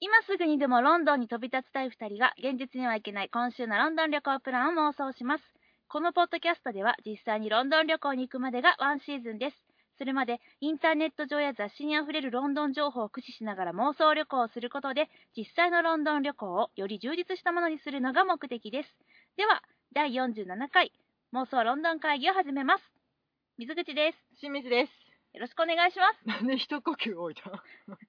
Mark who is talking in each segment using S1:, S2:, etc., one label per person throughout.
S1: 今すぐにでもロンドンに飛び立ちたい2人が現実には行けない今週のロンドン旅行プランを妄想しますこのポッドキャストでは実際にロンドン旅行に行くまでがワンシーズンですそれまでインターネット上や雑誌にあふれるロンドン情報を駆使しながら妄想旅行をすることで実際のロンドン旅行をより充実したものにするのが目的ですでは第47回妄想ロンドン会議を始めます水口です
S2: 清水です。
S1: よろしくお願いします
S2: なんで一呼吸置いたの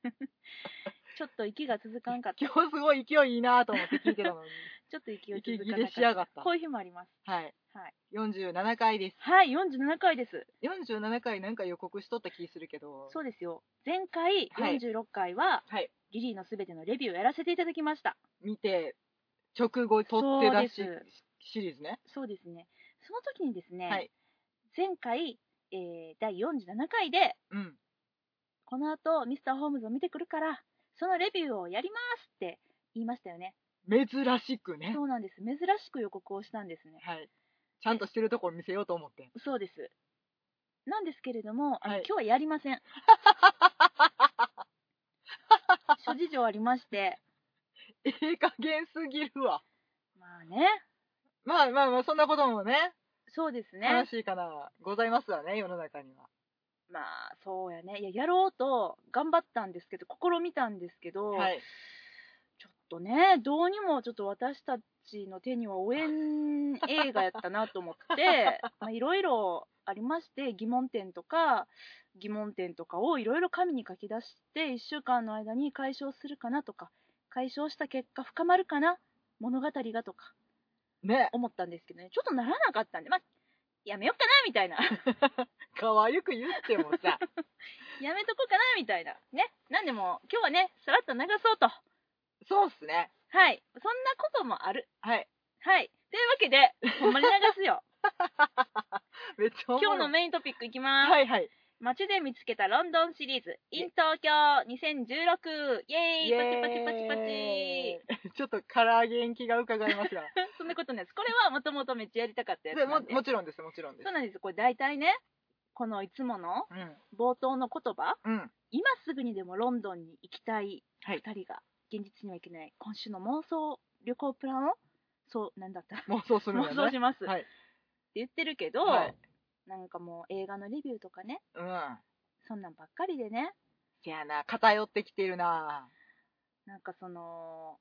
S1: ちょっと息が続かんかった
S2: 今日すごい勢いいいなと思って聞いてたのに。
S1: ちょっと息を
S2: 息
S1: 続
S2: 切
S1: か
S2: れ
S1: な
S2: し
S1: かっ
S2: やがったた。
S1: こういう日もあります
S2: はい。
S1: はい
S2: 47回です。
S1: はい、47回です。
S2: 47回なんか予告しとった気するけど。
S1: そうですよ。前回
S2: はい
S1: 46回は、
S2: はい。
S1: リリーのすべてのレビューをやらせていただきました。
S2: 見て、直後撮って出し
S1: そうで
S2: シリーズね。
S1: そうですね。その時にですね、
S2: はい
S1: 前回、えー第47回で、
S2: うん。
S1: この後ミスターホームズを見てくるから、そのレビューをやりますって言いましたよね。
S2: 珍しくね
S1: そ。うなんです。珍しく予告をしたんですね。
S2: はい。ちゃんとしてるところ見せようと思って。
S1: そうです。なんですけれども、あの
S2: はい
S1: 今日はやりま せん。諸事情ありまして、
S2: ええ加減すぎるわ。
S1: まあね、
S2: まあまあまあ、そんなこともね、
S1: そうですね。
S2: 悲しいかな。ございますわね、世の中には。
S1: まあそうやねいややろうと頑張ったんですけど試みたんですけど、
S2: はい。
S1: ちょっとねどうにもちょっと私たちの手には応援映画やったなと思 ってまあいろいろありまして疑問点とか疑問点とかをいろいろ紙に書き出して1週間の間に解消するかなとか解消した結果深まるかな物語がとか
S2: ね。
S1: 思ったんですけどねちょっとならなかったんでまあやめようかなみたいな
S2: 可愛く言っても さ。
S1: やめとこうかなみたいなねなんでも今日はねさらっと流そうと。
S2: そうっすね。
S1: はい。そんなこともある。
S2: はい。
S1: はい。というわけで、ほんまに流す よ。
S2: めっちゃおもろ
S1: 今
S2: い
S1: 日のメイントピックいきます。
S2: はいはい。
S1: 街で見つけたロンドンシリーズ、in 東京2016。イェーイパチパチパチパチ
S2: パチ。ちょっと唐揚げ延期が伺いますが。
S1: そんなことないです。これはもともとめっちゃやりたかったやつ
S2: で
S1: な
S2: も
S1: んで。
S2: もちろんです、もちろんです
S1: そう。なんです。これ大体ね、このいつもの
S2: う
S1: 冒頭の言葉、
S2: ん。うん。
S1: 今すぐにでもロンドンに行きたい
S2: は
S1: 二
S2: い。
S1: 人が、現実にはいけない今週の妄想旅行プランを、そう、なんだった
S2: 妄想するん
S1: 妄
S2: だね。
S1: 想します。
S2: は
S1: って
S2: い。
S1: 言ってるけど、
S2: はい
S1: なんかもう映画のレビューとかね、
S2: うん。
S1: そんなんばっかりでね、
S2: せやな、偏ってきてるな
S1: なんかその、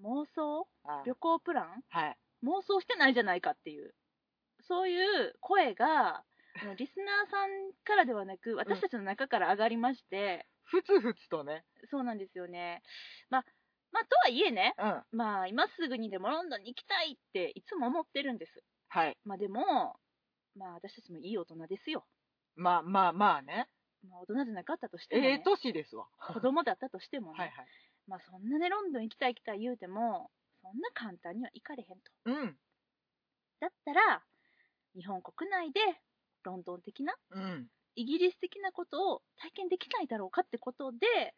S1: 妄想
S2: あ
S1: 旅行プラン
S2: はい。
S1: 妄想してないじゃないかっていう、そういう声が、あのリスナーさんからではなく、私たちの中から上がりまして、
S2: ふつふつとね。
S1: そうなんですよね。まあ、まあ、とはいえね、
S2: うん。
S1: まあ、今すぐにでもロンドンに行きたいっていつも思ってるんです。
S2: はい。
S1: まあ、でも、まあ、私たちもいい大人ですよ。
S2: まあまあまあね。
S1: まあ、大人じゃなかったとしても、
S2: ええ
S1: ね
S2: 年ですわ。
S1: 子供だったとしてもね、
S2: はいはい。
S1: まあそんなねロンドン行きたい行きたい言うてもそんな簡単には行かれへんと
S2: うん。
S1: だったら日本国内でロンドン的な
S2: うん。
S1: イギリス的なことを体験できないだろうかってことで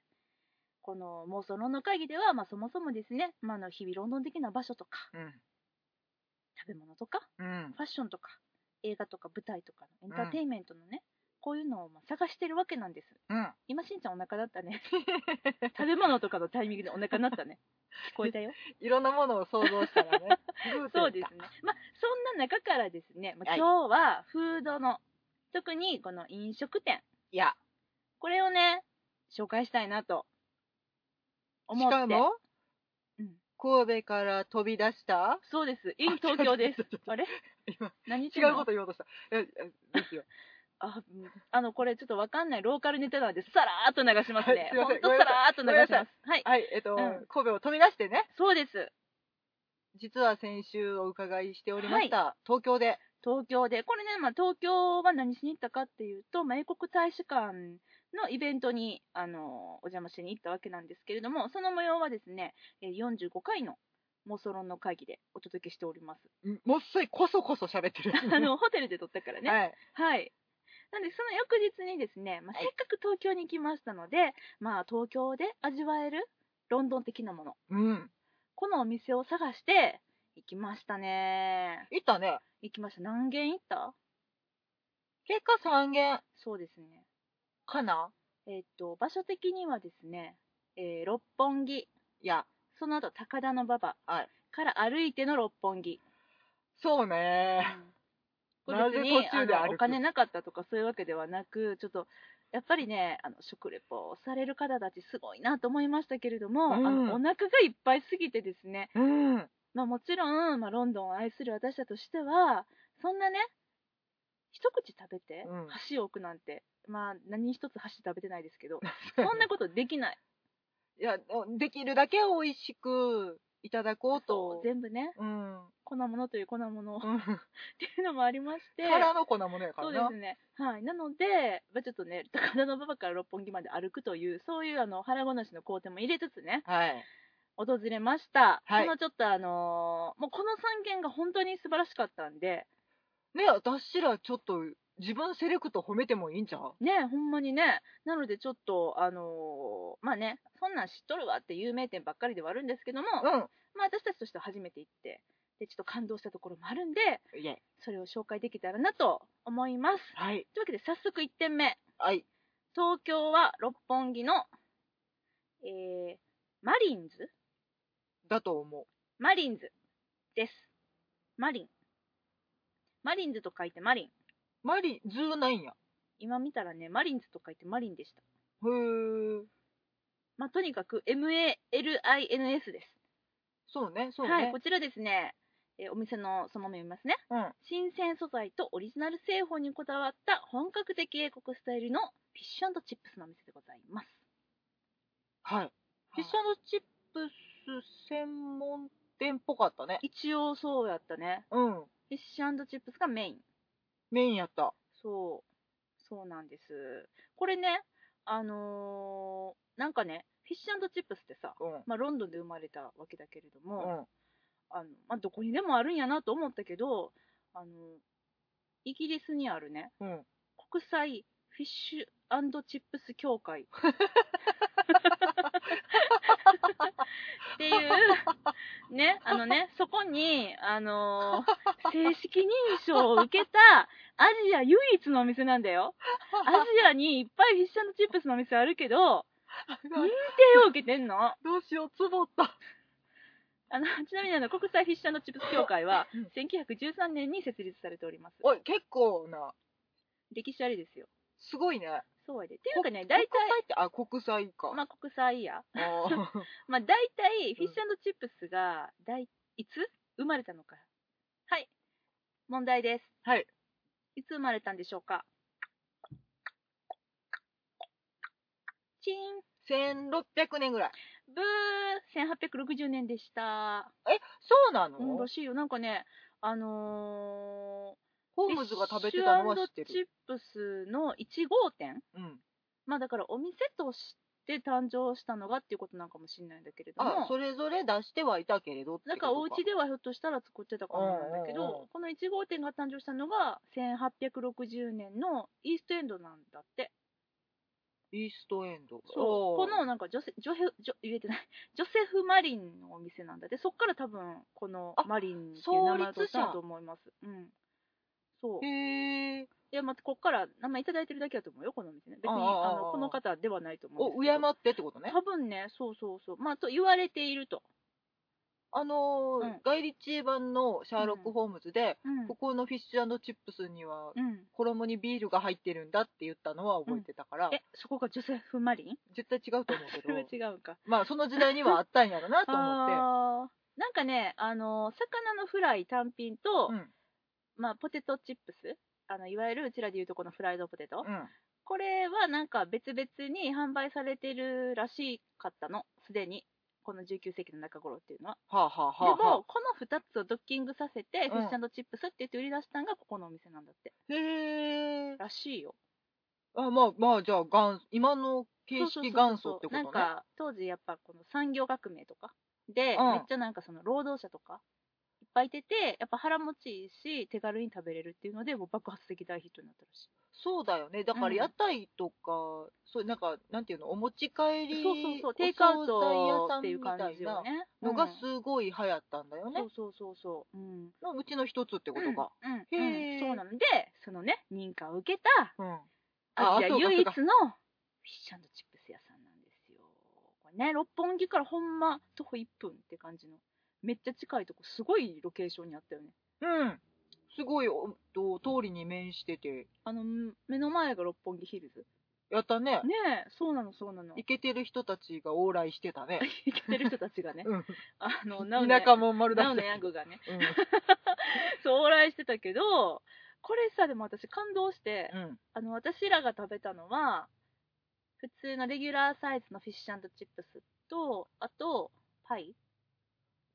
S1: この妄想ロンドン会議では、まあ、そもそもですね、まあ、あの日々ロンドン的な場所とか
S2: うん。
S1: 食べ物とか
S2: うん。
S1: ファッションとか映画とか舞台とかのエンターテインメントのね、こういうのをまあ探してるわけなんです
S2: うん。
S1: 今しんちゃんお腹だったね 食べ物とかのタイミングでお腹なったね聞こえたよ
S2: いろんなものを想像したらね。
S1: そうですね。まあ、そんな中からですね、まあ、
S2: はい
S1: 今日はフードの、特にこの飲食店、
S2: いや、
S1: これをね、紹介したいなと思
S2: し
S1: って。
S2: かも、
S1: うん、
S2: 神戸から飛び出した
S1: そうです。in 東京です。
S2: す。
S1: あれ
S2: 今
S1: 何言ってんの
S2: 違うこと言おうとした。いやいやですよ。
S1: あうんあの、これちょっとわかんないローカルネタなんで、さらーっと流します
S2: は
S1: ね
S2: い。すいま
S1: ほ
S2: せん
S1: んとさらーっと流します。はい。
S2: はい、えっと、
S1: うん
S2: 神戸を飛び出してね、
S1: そうです。
S2: 実は先週お伺いしておりました、東京で、
S1: 東京で。これね、まあ、東京は何しに行ったかっていうと、まあ、英国大使館のイベントに、あの、お邪魔しに行ったわけなんですけれども、その模様はですね、えー45回の妄想論の会議でお届けしており ます。
S2: んもっそりこそこそ喋ってる。
S1: あの、ホテルで撮ったからね。はい。
S2: はい、
S1: なんで、その翌日にですね、まあ、
S2: はい
S1: せっかく東京に行きましたので、まあ、東京で味わえるロンドン的なもの、
S2: うん。
S1: このお店を探して、行きましたね。
S2: 行ったね。
S1: 行きました。何軒行った
S2: 結果3軒
S1: そうですね。
S2: かな
S1: えっと場所的にはですね、えー六本木
S2: いや、
S1: その後高田馬場
S2: はい
S1: から歩いての六本 木、
S2: そうね。
S1: これ
S2: なぜ
S1: 別に
S2: 途中で
S1: あの
S2: 歩く
S1: お金なかったとかそういうわけではなくちょっとやっぱりねあの食レポをされる方たちすごいなと思いましたけれども、
S2: うん
S1: あのお腹がいっぱいすぎてですね、
S2: うん。
S1: まあ、もちろん、まあ、ロンドンを愛する私たちとしてはそんなね一口食べて
S2: うん
S1: 箸を置くなんて、まあ何一つ箸食べてないですけ どそんなことできない
S2: いや、できるだけ美味しくいただこうと。
S1: 全部ね
S2: うん。
S1: 粉物という粉 物っ
S2: うん。
S1: ていうのもありまして
S2: からの粉もね、か
S1: そう
S2: ら
S1: で
S2: な
S1: す。ね。はい。なので、まあちょっとね、高田馬場から六本木まで歩くという、そういうあの腹ごなしの工程も入れつつね、
S2: はい。
S1: 訪れました。
S2: はい
S1: そのちょっとあのーもうこの3軒が本当に素晴らしかったんで、
S2: ね、私らちょっと自分セレクト褒めてもいいんちゃう
S1: ね、ほんまにね、なのでちょっと、あのーまあね、そんなん知っとるわって有名店ばっかりではあるんですけども、
S2: う
S1: まあ私たちとしては初めて行って、で、ちょっと感動したところもあるんで、
S2: ん。いえ。
S1: それを紹介できたらなと思います。
S2: はい。
S1: というわけで早速1点目。
S2: はい。
S1: 東京は六本木の、えー、マリンズ
S2: だと思う。
S1: マリンズです。マリン。マリンズと書いてマリン。
S2: マリ、ズーないんや。
S1: 今見たらね、マリンズと書いてマリンでした。
S2: へー。
S1: まあ、とにかく MALINS です。
S2: そうね、そうね。
S1: はい、こちらですね、えーお店のそのまま読みますね。
S2: うん。
S1: 新鮮素材とオリジナル製法にこだわった本格的英国スタイルのフィッシュチップスのお店でございます。
S2: はい。フィッシャーのチップス専門店っぽかったね。
S1: 一応そうやったね。
S2: うん。
S1: フィッシュチップスがメイン。
S2: メインやった。
S1: そう、そうなんです。これね、あのーなんかね、フィッシュチップスってさ、
S2: うん。
S1: まあ、ロンドンで生まれたわけだけれど
S2: う
S1: も、
S2: ん。
S1: あのまあ、どこにでもあるんやなと思ったけど、あのイギリスにあるね、
S2: うん。
S1: 国際フィッシュチップス協会っていう、ね、あのね、そこに、あのー正式認証を受けたアジア唯一のお店なんだよ。アジアにいっぱいフィッシュチップスのお店あるけど、認定を受けてんの。
S2: どうしよう、つぼった。
S1: あのちなみにあの国際フィッシュチップス協会は
S2: うん
S1: 1913年に設立されております。
S2: おい、結構な、
S1: 歴史ありですよ。
S2: すごいね。
S1: そうやで。っていうかね、大体、
S2: 国際って、あ、国際か。
S1: まあ国際や。
S2: あー
S1: まあ、大体、フィッシュチップスが、だい、いつ生まれたのか。はい。問題です。
S2: はい。
S1: いつ生まれたんでしょうかチーン。
S2: 1600年ぐらい。
S1: ブー。1860年でした。
S2: え、そうなの、
S1: うん、らしいよ。なんかね、あの
S2: ホ
S1: ー、
S2: ームズが食べてたのは知って
S1: フィッシュ
S2: る。
S1: チップスの1号店。
S2: うん。
S1: まあ、だからお店として誕生したのがっていうことなんかもしれないんだけれども。
S2: あ、それぞれ出してはいたけれどって
S1: なん
S2: こと
S1: かお家ではひょっとしたら作ってたかもなんだけど、
S2: うんうんうん
S1: この1号店が誕生したのが1860年のイーストエンドなんだって
S2: イーストエンド。
S1: そうこ
S2: おー
S1: の、なんかジョセジョヘジョ言えてない ジョセフ・マリンのお店なんだってそっから多分この
S2: あ
S1: マリンっていう名前を取ったんだ
S2: 創立者
S1: と思いますうんそう
S2: へえ。
S1: でまたこっから名前いただいてるだけだと思うよこのお店ね別に
S2: あああ
S1: あ
S2: ああ
S1: の
S2: あ
S1: この方ではないと思うん
S2: お、
S1: です
S2: 敬
S1: けど
S2: ってってことね。
S1: 多分ねそうそうそうまあと言われていると、
S2: あのー
S1: うん
S2: ガイリッチー版のシャーロッ
S1: う
S2: ク・
S1: ん
S2: ホームズで、
S1: うん
S2: ここのフィッシュチップスには
S1: うん、
S2: 衣にビールが入ってるんだって言ったのは覚えてたから、
S1: えそこがジョセフ・マリン
S2: 絶対違うと思う
S1: それは
S2: けど
S1: 違うんか
S2: まあその時代にはあったんやろなと思っ
S1: あーなんかね、あの魚のフライ単品と、
S2: てうん
S1: まあ、ポテトチップスあのいわゆるうちらでいうとこのフライドポテト、
S2: うん
S1: これはなんか別々に販売されてるらしかったのすでにこの19世紀の中頃っていうのは、
S2: はあはあはあ
S1: で
S2: は
S1: もこの2つをドッキングさせて、
S2: ん
S1: フィッシュチップスって言って売り出したのがここのお店なんだって
S2: あへえ
S1: らしいよ
S2: あまあまあじゃあ元今の形式元祖ってことね
S1: なんか当時やっぱこの産業革命とかで、
S2: うん
S1: めっちゃなんかその労働者とかいっぱいいててやっぱ腹持ちいいし手軽に食べれるっていうのでもう爆発的大ヒットになったらし
S2: そうだよねだから
S1: うん
S2: 屋台とか、そうなんかなんていうのお持ち帰
S1: い
S2: り
S1: そうそうそうテイクアウ
S2: お惣菜屋
S1: ト
S2: さ
S1: っ
S2: ん
S1: ていう
S2: み
S1: 感
S2: たい
S1: じよ
S2: な
S1: ね
S2: のが
S1: うん
S2: すごい流行ったんだよね、
S1: そうそうそうそううん
S2: ううちの一つってことか、
S1: うん
S2: へー
S1: そうなのでそのね認可を受けた
S2: うん
S1: アジア
S2: そうか
S1: 唯一のフィッシュチップス屋さんなんですよこれね六本木からほんま徒歩1分って感じのめっちゃ近いとこすごいロケーションにあったよね
S2: うん。すごいおと通りに面してて、
S1: あのん目の前が六本木ヒルズ
S2: やったね。
S1: ねえそうなのそうなの
S2: イケてる人たちが往来してたね。
S1: 行けてる人たちがね
S2: うん
S1: あ のなおね
S2: 田舎もん丸出
S1: な
S2: し
S1: おの
S2: て。
S1: ヤグがね
S2: うん
S1: そう往来してたけどこれさでも私感動して、
S2: うん
S1: あの私らが食べたのは普通のレギュラーサイズのフィッシュチップスとあとパイ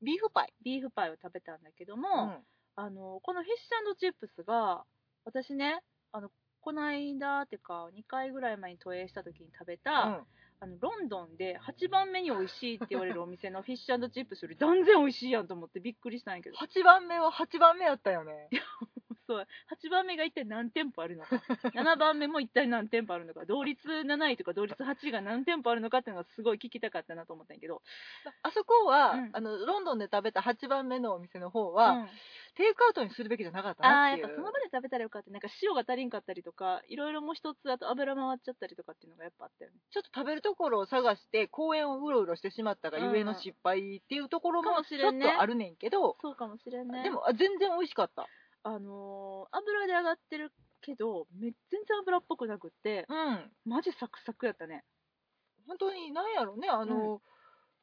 S2: ビーフパイ。
S1: ビーフパイを食べたんだけども、
S2: うん
S1: あのこのフィッシュチップスが私ねあのこの間ってか2回ぐらい前に都営した時に食べた、
S2: うん
S1: あのロンドンで8番目に美味しいって言われるお店のフィッシュチップスより断然美味しいやんと思ってびっくりしたんやけど
S2: 8番目は8番目やったよね。
S1: そう8番目が一体何店舗あるのか 7番目も一体何店舗あるのか同率7位とか同率8位が何店舗あるのかっていうのがすごい聞きたかったなと思ったんやけど、
S2: あそこは、
S1: うん
S2: あのロンドンで食べた8番目のお店の方
S1: う
S2: は、
S1: ん、
S2: テイクアウトにするべきじゃなかった
S1: あ
S2: な
S1: ー
S2: ってい
S1: や
S2: う
S1: っぱその場で食べたらよかったなんか塩が足りんかったりとかいろいろもう一つあと油回っちゃったりとかっていうのがやっぱあったよね
S2: ちょっと食べるところを探して公園をうろうろしてしまったがゆえの失敗っていうところ
S1: か
S2: も
S1: も
S2: ち
S1: し
S2: ょ
S1: れ
S2: っ
S1: んね
S2: とあるねんけど、
S1: そうかもしれんね
S2: でもあ全然美味しかった
S1: あのー油で揚がってるけどめ全然油っぽくなくって
S2: うん
S1: マジサクサクやったね
S2: 本当になんやろねあの、
S1: う
S2: フ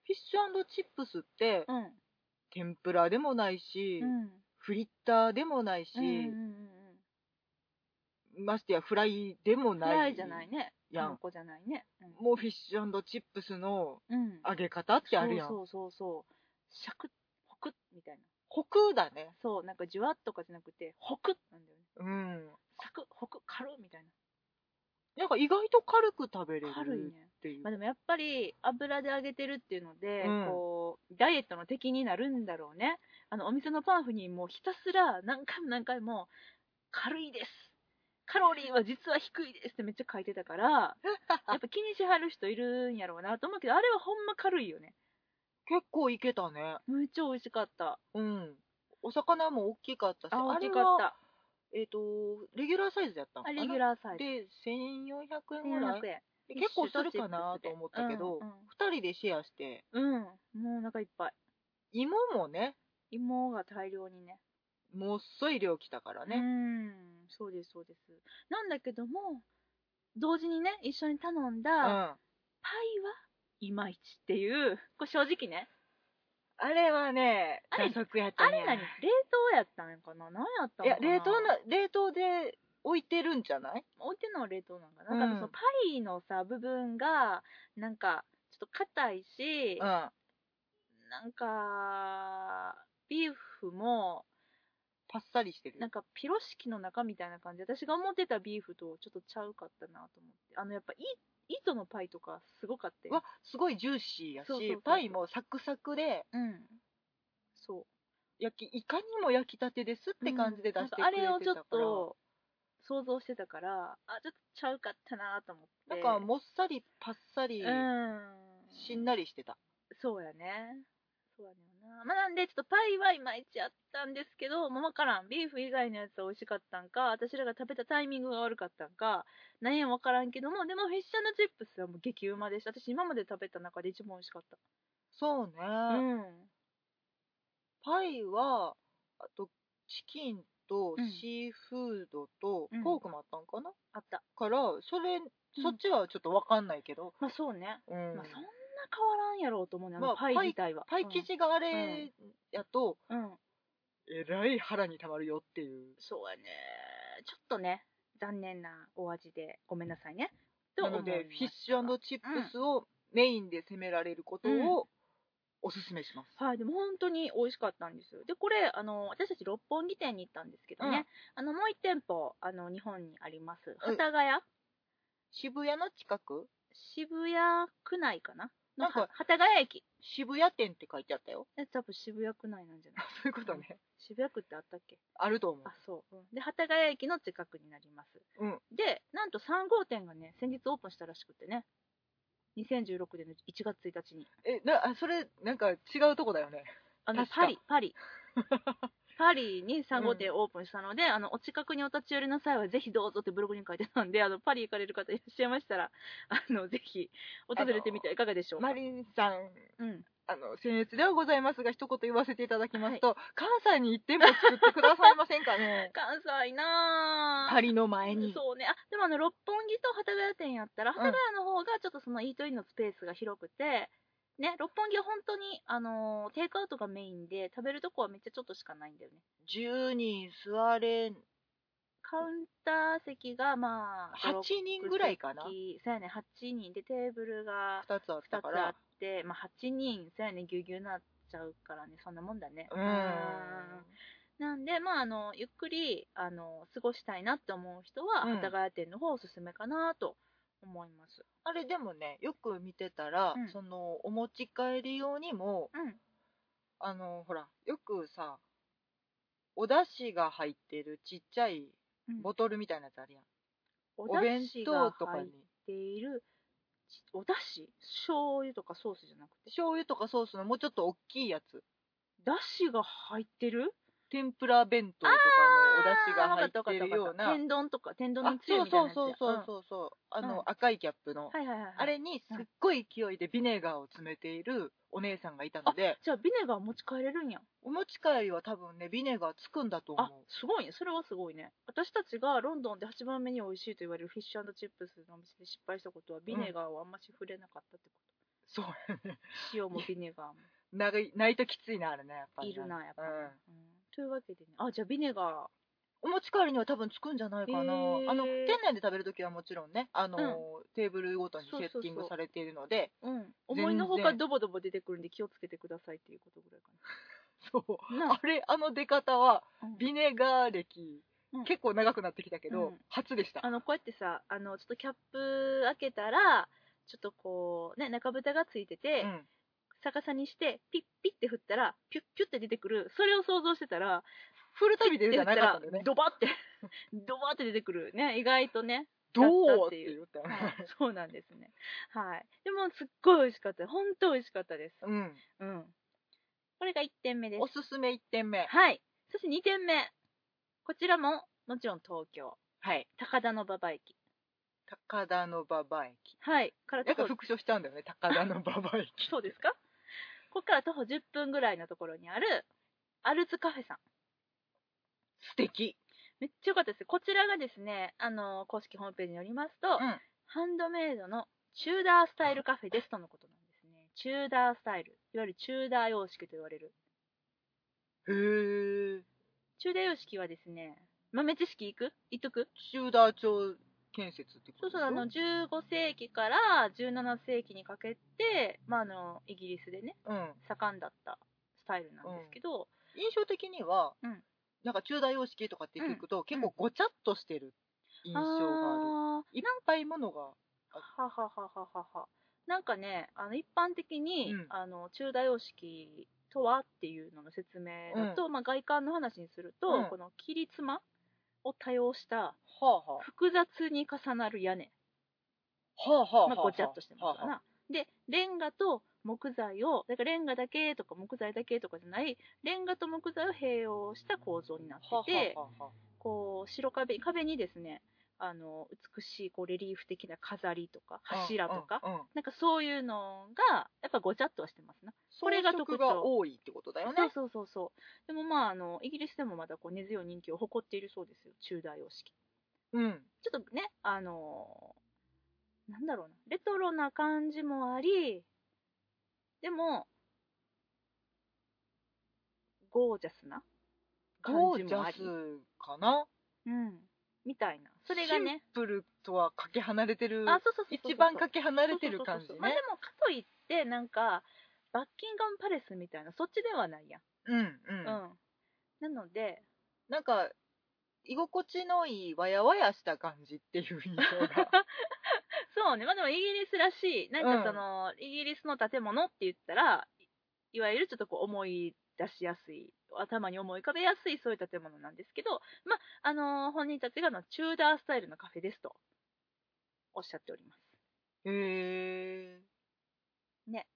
S2: ィッシュチップスって
S1: うん
S2: 天ぷらでもないし、
S1: うん
S2: フリッターでもないし、
S1: うんうんうん
S2: ましてやフライでも
S1: フラ
S2: ない
S1: イじゃないね
S2: やん
S1: パン粉じゃないね
S2: もうフィッシュチップスの
S1: うん、うん
S2: 揚げ方ってあるやん
S1: そうそうそうそうシャクッホクッみたいな
S2: コクだね
S1: そうなんかジュワッとかじゃなくてホクッなんだよね
S2: うん
S1: サクッホクッ軽っみたい
S2: なんか意外と軽く食べれ
S1: な軽い
S2: る
S1: ね
S2: っていう
S1: まあ、で もやっぱり油で揚げてるっていうので、
S2: うん
S1: こうダイエットの敵になるんだろうねあのお店のパンフにもうひたすら何回も何回も「軽いです」「カロリーは実は低いです」ってめっちゃ書いてたから やっぱ気にしはる人いるんやろうなと思うけどあれはほんま軽いよね
S2: 結構いけたね
S1: めっちゃ美味しかった
S2: うん。お魚も大きかったし、
S1: あ
S2: あ
S1: 美味し
S2: れ
S1: かっ
S2: は、
S1: た
S2: えっ、と、レギュラーサイズやったの
S1: あ
S2: かな
S1: レギュラーサイズ
S2: で、1400円ぐらい
S1: 1400。円
S2: で結構するかなと思ったけど、二、人でシェアして、
S1: うん、うんうんもうお腹いっぱい
S2: 芋もね、
S1: 芋が大量にね
S2: もっそい量来たから
S1: う
S2: ね。
S1: んそうですそうですなんだけども同時にね一緒に頼んだ、
S2: うん。
S1: パイはいまいちっていうこれ正直ね
S2: あれはね、
S1: あれ
S2: 打足やった
S1: あ
S2: ね。
S1: れ何冷凍やったんかな何やったん
S2: い
S1: か
S2: や、
S1: な
S2: 冷凍な、冷凍で置いてるんじゃない
S1: 置いてんのは冷凍なんかな,、
S2: うん
S1: なんかそのパイのさ部分がなんかちょっと硬いし、
S2: うん。
S1: なんかビーフも
S2: パッサリしてる。
S1: なんかピロシキの中みたいな感じ私が思ってたビーフとちょっとちゃうかったなと思ってあのやっぱい糸のパイとかすごかったよ
S2: わ、すごいジューシーやし、
S1: そうそうそう
S2: パイもサクサクで、
S1: うんそう
S2: 焼き、いかにも焼きたてですって感じで出してくれてたから、
S1: うんなんかあれをちょっと想像してたからあちょっとちゃうかったなと思って
S2: なんかもっさりパッサリ、
S1: うん
S2: しんなりしてた。
S1: そうやねそうやねんなまあなんでちょっとパイはいまいちやったんですけどもうわからんビーフ以外のやつは美味しかったんか私らが食べたタイミングが悪かったんか何やわからんけどもでもフィッシュチップスはもう激うまでした私今まで食べた中で一番美味しかっ
S2: そうね、
S1: たうん
S2: パイはあとチキンと
S1: うん
S2: シーフードと
S1: うん
S2: ポークもあったんかな、
S1: あった
S2: からそれそっちはちょっとわかんないけど、
S1: まあそうね、
S2: うん
S1: まあそんな変わらんやろうと思うねあ
S2: ま
S1: の
S2: あ
S1: パイ自体は、
S2: パイ生地があれやと、
S1: うん、うん
S2: えらい腹にたまるよっていう
S1: そうやね。ちょっとね、残念なお味で、ごめんなさいね。と
S2: な
S1: 思い
S2: の
S1: ました
S2: でフィッシュチップスをメインで攻められることをおすすめします、
S1: はい、でも本当に美味しかったんですよ。で、これ、あの、私たち六本木店に行ったんですけどね、あの、もう一店舗、あの、日本にあります、幡ヶ谷、
S2: 渋谷の近く
S1: 渋谷区内かなの
S2: なんか
S1: は幡ヶ谷駅。
S2: 渋谷店って書いてあったよ
S1: え多分渋谷区内なんじゃない
S2: そういうことね
S1: 渋谷区ってあったっけ
S2: あると思う
S1: あ、そう。うんで、幡ヶ谷駅の近くになります。
S2: うん
S1: で、なんと3号店がね、先日オープンしたらしくてね、2016年の1月1日に。
S2: えなあそれなんか違うとこだよね
S1: あの
S2: 確か
S1: パリ、パリ、パリに3号店オープンしたので、あのお近くにお立ち寄りの際はぜひどうぞってブログに書いてたんであのパリ行かれる方いらっしゃいましたらあのぜひ訪れてみてはいかがでしょうか、
S2: マリンさん
S1: うん、
S2: あの僭越ではございますが一言言わせていただきますと、関西に一店舗作ってくださいませんか ね
S1: 関西なぁ
S2: パリの前に
S1: そうねあでもあの六本木と幡ヶ谷店やったら幡ヶ谷の方がちょっとそのイートインのスペースが広くて、ね六本木は本当にあのーテイクアウトがメインで食べるとこはめっちゃちょっとしかないんだよね
S2: 10人座れん
S1: カウンター席がまあ
S2: 8人ぐらいかな
S1: 56席そうやね8人でテーブルが
S2: 2つあっ
S1: 2
S2: た
S1: つ
S2: か
S1: あ
S2: ら
S1: ってまあ8人そうやねぎゅうぎゅうなっちゃうからねそんなもんだね
S2: うーん
S1: なんで、まあ、あのゆっくりあの過ごしたいなって思う人は、
S2: うん
S1: 幡ヶ谷店の方おすすめかなと思います。
S2: あれでもねよく見てたら、
S1: うん
S2: そのお持ち帰り用にも
S1: うん、
S2: あのほらよくさお出汁が入ってるちっちゃい
S1: うん
S2: ボトルみたいなやつあるやん、
S1: お
S2: お
S1: 出
S2: 弁
S1: 汁
S2: 当
S1: が
S2: とか
S1: 入っ
S2: に
S1: ているちお出汁醤油とかソースじゃなくて
S2: 醤油とかソースのもうちょっと大きいやつ
S1: 出汁が入ってる
S2: 天ぷら弁当とかのお出汁が入ってるよう
S1: あーわかったわかったわかった
S2: な
S1: 天丼とか天丼
S2: あ
S1: のつゆ
S2: そう
S1: みたい
S2: そ
S1: な
S2: う
S1: やつ
S2: そうそうそうそうあの、赤いキャップ
S1: うん
S2: の、
S1: はいはいはいはい
S2: あれにすっごい勢いでビネガーを詰めているお姉さんがいたので、
S1: じゃあビネガー持ち帰れるんや
S2: お持ち帰りは多分ねビネガーつくんだと思
S1: あ
S2: う
S1: すごいねそれはすごいね私たちがロンドンで8番目に美味しいと言われるフィッシュチップスのお店で失敗したことはビネガーをあんまし触れなかったってこと、
S2: そうやね
S1: 塩もビネガーも
S2: 長いないときついなあれねやっぱり
S1: いるなやっぱ、
S2: うん
S1: うんというわけでねあじゃあビネガ
S2: お持ち帰りには多分つくんじゃないかな、
S1: へー
S2: あの店内で食べるときはもちろんねあの、
S1: うん
S2: テーブルごとにセ
S1: そうそうそう
S2: ッティングされているので
S1: ー、うん、
S2: 全然
S1: 思いのほかドボドボ出てくるんで気をつけてくださいっていうことぐらいか
S2: そう
S1: な
S2: あれあの出方は
S1: な、うん
S2: ビネガー歴、
S1: うん
S2: 結構長くなってきたけど、
S1: うん
S2: 初でした
S1: あのこうやってさあのちょっとキャップ開けたらちょっとこうね中蓋がついてて、
S2: うん
S1: 逆さにしてピッピッって振ったらピュッピュッって出てくるそれを想像してたら
S2: フル
S1: ピ
S2: 旅で
S1: ッ
S2: じ
S1: て振
S2: ゃ
S1: っ
S2: な
S1: た
S2: か
S1: ら
S2: ったんだよね
S1: ドバって ドバって出てくるね意外とね、
S2: ど
S1: だった
S2: う
S1: っ
S2: ってて
S1: い
S2: 言ったよ
S1: はい
S2: ね
S1: そうなんですねはいでもすっごい美味しかった本当美味しかったです
S2: うん
S1: うんこれが1点目です
S2: おすすめ1点目
S1: はいそして2点目こちらももちろん東京
S2: はい
S1: 高田の馬場駅
S2: 高田の馬場駅
S1: はいから
S2: なん
S1: 徒歩
S2: か復唱しちゃうんだよね高田の馬場駅
S1: そうですかここから徒歩10分ぐらいのところにあるアルツカフェさん
S2: 素敵
S1: めっちゃ良かったですこちらがですねあの公式ホームページによりますと、
S2: ん
S1: ハンドメイドのチューダースタイルカフェですとのことなんですねチューダースタイルいわゆるチューダー様式と言われる
S2: へえ
S1: チューダー様式はですね豆知識いく言っとく
S2: シューダー町建設ってこ
S1: そう
S2: と
S1: そうあの
S2: う
S1: 15世紀から17世紀にかけて、まあ、あのイギリスでね
S2: うん
S1: 盛んだったスタイルなんですけど、
S2: 印象的には、
S1: うん
S2: なんか中大様式とかって聞くと、結構ごちゃっとしてる印象がある
S1: あー
S2: いっぱいものが
S1: ははははははなんかねあの一般的に、
S2: うん
S1: あの中大様式とはっていうのの説明だと、まあ、外観の話にすると、
S2: うん
S1: この切り妻を多用した
S2: はあは
S1: 複雑に重なる屋根、
S2: あはあはあ
S1: まあ、ごちゃっとしてます
S2: は
S1: か
S2: あはあ
S1: な。でレンガと木材をだからレンガだけとか木材だけとかじゃないレンガと木材を併用した構造になってて、
S2: はあはあはあ
S1: こう白壁壁にですねあの美しいこうレリーフ的な飾りとか柱とか、
S2: うんうんうん
S1: なんかそういうのがやっぱごちゃっとはしてますな、これが特徴
S2: 装飾が多いってことだよね
S1: そうそうそうそうでもまああのイギリスでもまだこう根強い人気を誇っているそうですよ中大様式
S2: うん
S1: ちょっとねあのーなんだろうなレトロな感じもありでもゴージャスな感
S2: ゴ
S1: じ
S2: ージ
S1: もあ
S2: ャ
S1: り
S2: スかな
S1: うんみたいなそれがね
S2: シンプルとはかけ離れてる
S1: あそうそうそうそうそう
S2: 一番かけ離れてる感じ
S1: そうそうそうそうまあ
S2: ね
S1: でもかといってなんかバッキンガムパレスみたいなそっちではないやん、
S2: うん
S1: うん
S2: うん
S1: なので
S2: なんか居心地のいいわやわやした感じっていう印象が
S1: そうねまあでもイギリスらしいなん
S2: うん
S1: かその、イギリスの建物って言ったらいいわゆるちょっとこう思い出しやすい頭に思い浮かべやすいそういう建物なんですけどまああのー本人たちがあのチューダースタイルのカフェですとおっしゃっております
S2: へえ
S1: ね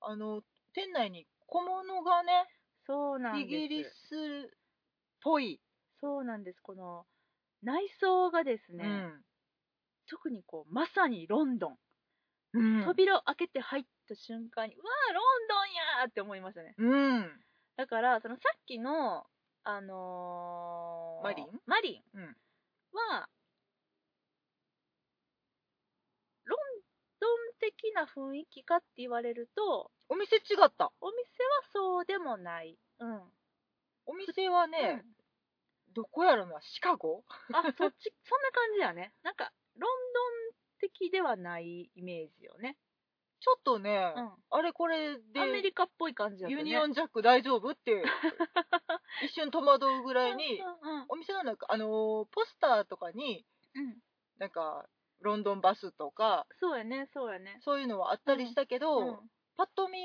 S2: あの店内に小物がね
S1: そうなんです
S2: イギリスっぽい、
S1: そうなんですこの内装がですね、
S2: うん
S1: 特にこうまさにロンドン、
S2: うん
S1: 扉を開けて入った瞬間にうわーロンドンやーって思いましたね
S2: うん
S1: だからそのさっきのあのー
S2: マリン
S1: マリン
S2: うん
S1: は、ロンドン的な雰囲気かって言われると
S2: お店違った
S1: お店はそうでもない、うん
S2: お店はね、どこやろなシカゴ
S1: うんあそっちそんな感じだよねなんかロンドン的ではないイメージよね、
S2: ちょっとね、
S1: うん、
S2: あれこれで
S1: アメリカっぽい感じだった
S2: ユ
S1: ね
S2: ニオンジャック大丈 夫って、一瞬戸惑うぐらいに、
S1: うんうん
S2: お店の中、あのーポスターとかに、
S1: うん、
S2: なんか、ロンドンバスとか、
S1: そうやねそうやね
S2: そういうのはあったりしたけど、
S1: うん
S2: パッと見、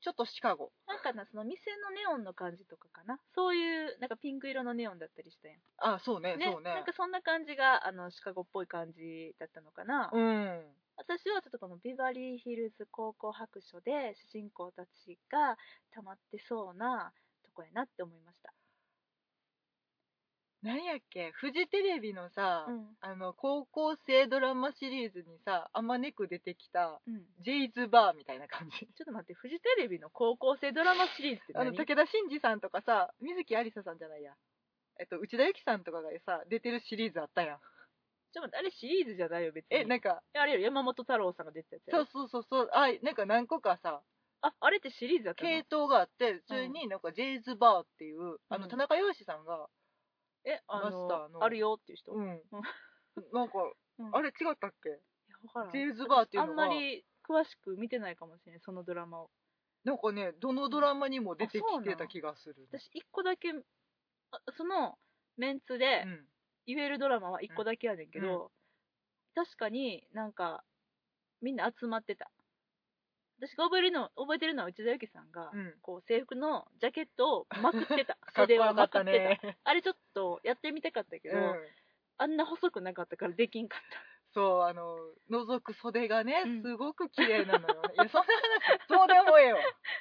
S2: ちょっとシカゴ。
S1: なんかなその店のネオンの感じとかかなそういうなんかピンク色のネオンだったりしたやん
S2: あ、そうね、そうね。
S1: なんかそんな感じがあのシカゴっぽい感じだったのかな、
S2: うん。
S1: 私はちょっとこのビバリーヒルズ高校白書で主人公たちがたまってそうなとこやなって思いました、
S2: なんやっけ、フジテレビのさ、
S1: うん
S2: あの、高校生ドラマシリーズにさ、あまねく出てきた、
S1: うん、
S2: ジェイズバーみたいな感じ。
S1: ちょっと待ってフジテレビの高校生ドラマシリーズって
S2: あ
S1: 何
S2: の、武田真治さんとかさ、水木有沙さんじゃないや。えっと、内田有紀さんとかがさ、出てるシリーズあったやん。
S1: ちょっと待ってあれシリーズじゃないよ別に
S2: え、なんか、
S1: あれよ山本太郎さんが出てたやつや
S2: そ
S1: ろ
S2: うそうそうそう、あ、なんか何個かさ、
S1: ああれってシリーズだったの
S2: 系統があって、それになんかジェイズバーっていう、あ
S1: う
S2: の、
S1: ん
S2: 田中洋志さんが、
S1: えあ
S2: マスター
S1: の
S2: の
S1: あるよっていう人、
S2: うん。なんか、
S1: うん
S2: あれ違ったっけ
S1: いやわからん
S2: ジェイズバーっていう
S1: あ
S2: の
S1: ん
S2: は
S1: ま、り詳しく見てないかもしれないそのドラマを
S2: なんかね、どのドラマにも出てきてた気がする。
S1: 私一個だけあそのメンツで
S2: うん。
S1: 言えるドラマは一個だけやねんけど、確かになんかみんな集まってた私が覚えるの覚えてるのは内田有紀さんが、
S2: うん。
S1: こう制服のジャケットをまくってた
S2: かっこ
S1: 袖を
S2: よか
S1: ま
S2: っ
S1: く
S2: た
S1: ってた
S2: ね。
S1: あれちょっとやってみたかったけど、
S2: うん。
S1: あんな細くなかったからできんかった
S2: そう、あの、覗く袖がね
S1: うん、
S2: すごく綺麗なのよね。いや、そんな話、どうでもええよ。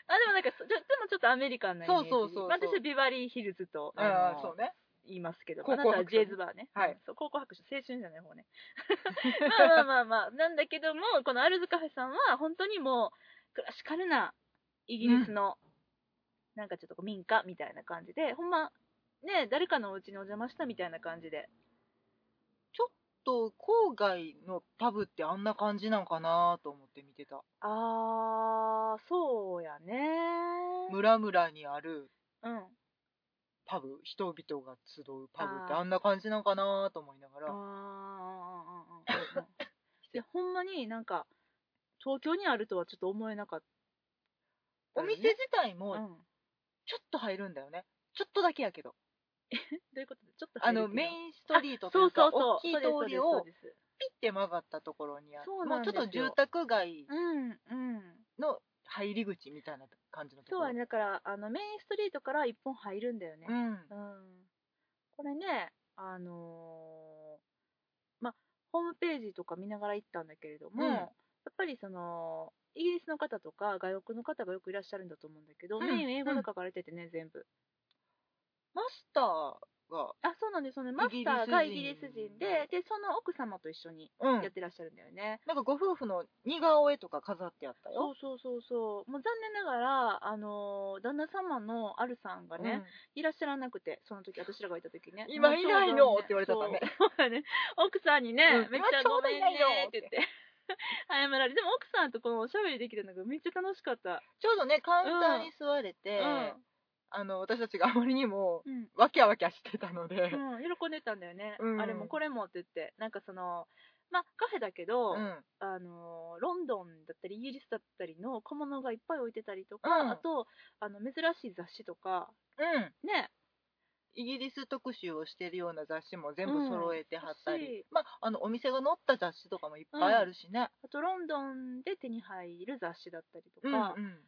S1: あでもなんかそちょでもちょっとアメリカンなイメージ
S2: そうそうそうそう
S1: まあ私はビバリーヒルズとあの
S2: ああ、そうね。
S1: 言いますけど、
S2: 高校
S1: あなたは
S2: 白
S1: ジ
S2: 書
S1: ェイズバーね、
S2: はい
S1: うんそう高校白書、青春じゃない方ね。まあまあまあまあ、なんだけども、このアルズカフェさんは、本当にもう、クラシカルなイギリスの、なんかちょっとこう民家みたいな感じで、ほんま、ね、誰かのお家にお邪魔したみたいな感じで、
S2: と郊外のパブってあんな感じなんかなと思って見てた
S1: あー、そうやね。
S2: 村々にある
S1: うん。
S2: パブ人々が集うパブって
S1: あー
S2: あんな感じなんかなと思いなが
S1: あー
S2: ら
S1: うんうんうんうんうんいや、ほんまになんか、東京にあるとはちょっと思えなかった
S2: お
S1: よね、
S2: 店自体
S1: う
S2: も
S1: ん、ど
S2: ちょっと入るんだよねちょっとだけやけど
S1: ういうことでちょっと入
S2: あ
S1: るけど
S2: のメインストリートとい
S1: そう
S2: うか
S1: そうそう
S2: 大きい通り
S1: そう
S2: をピ
S1: ですそうです
S2: ッて曲がったところにある
S1: そう
S2: も
S1: なん
S2: う
S1: です
S2: ちょ
S1: よ
S2: っと住宅街
S1: うんうん
S2: の入り口みたいな感じのとこ
S1: そう
S2: ろ
S1: はねだからあのメインストリートから一本入るんだよね
S2: うん
S1: うん、これねあのーまあホームページとか見ながら行ったんだけれども、
S2: うん
S1: やっぱりそのイギリスの方とか外国の方がよくいらっしゃるんだと思うんだけど、
S2: うん
S1: メイン英語で書かれててね、全部
S2: マスターが
S1: あそうなんですそのマスターがイ
S2: イ
S1: ギ
S2: ギ
S1: リ
S2: リ
S1: ス
S2: ス人
S1: 人ででその奥様と一緒に
S2: うん
S1: やってらっしゃるんだよね、
S2: なんかご夫婦の似顔絵とか飾ってあった
S1: そ
S2: よ
S1: うそうそうそうもう残念ながらあのー旦那様のあるさんがね、
S2: うん
S1: いらっしゃらなくて、その時私らがいた時ね。
S2: 今いないのって言われちゃったね
S1: そう。そうだね奥さんにね、
S2: うん
S1: めっちゃごめんねって言っ
S2: 今ちょうどいないのって
S1: て。謝られでも奥さんとこのおしゃべりできたのがめっちゃ楽しかった。
S2: ちょうどね、カウンターに座れて、あの、私たちがあまりにも、
S1: うん。
S2: わきゃわきゃしてたので、
S1: うん。うん、喜んでたんだよね、
S2: うん
S1: あれもこれもって言って。なんかその、まあカフェだけど、
S2: うん。
S1: あのーロンドンだったりイギリスだったりの小物がいっぱい置いてたりとか、
S2: うん
S1: あとあの珍しい雑誌とか
S2: うん。
S1: ね
S2: イギリス特集をしてるような雑誌も全部揃えて貼った
S1: うん
S2: り、
S1: 雑誌
S2: まあ、あの、お店が載った雑誌とかもいっぱいあるしね。
S1: あとロンドンで手に入る雑誌だったりとか、
S2: うん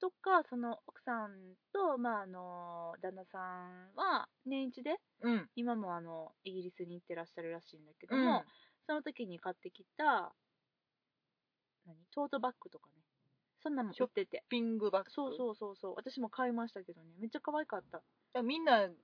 S1: とかその奥さんと、まあ、あの旦那さんは年一で
S2: うん。
S1: 今もあのイギリスに行ってらっしゃるらしいんだけど
S2: うん。
S1: も、その時に買ってきた何トートバッグとかねそんなんも売ってて
S2: ピングバッグ
S1: そうそうそうそう私も買いましたけどねめっちゃ可愛かった、
S2: うみんな
S1: うん、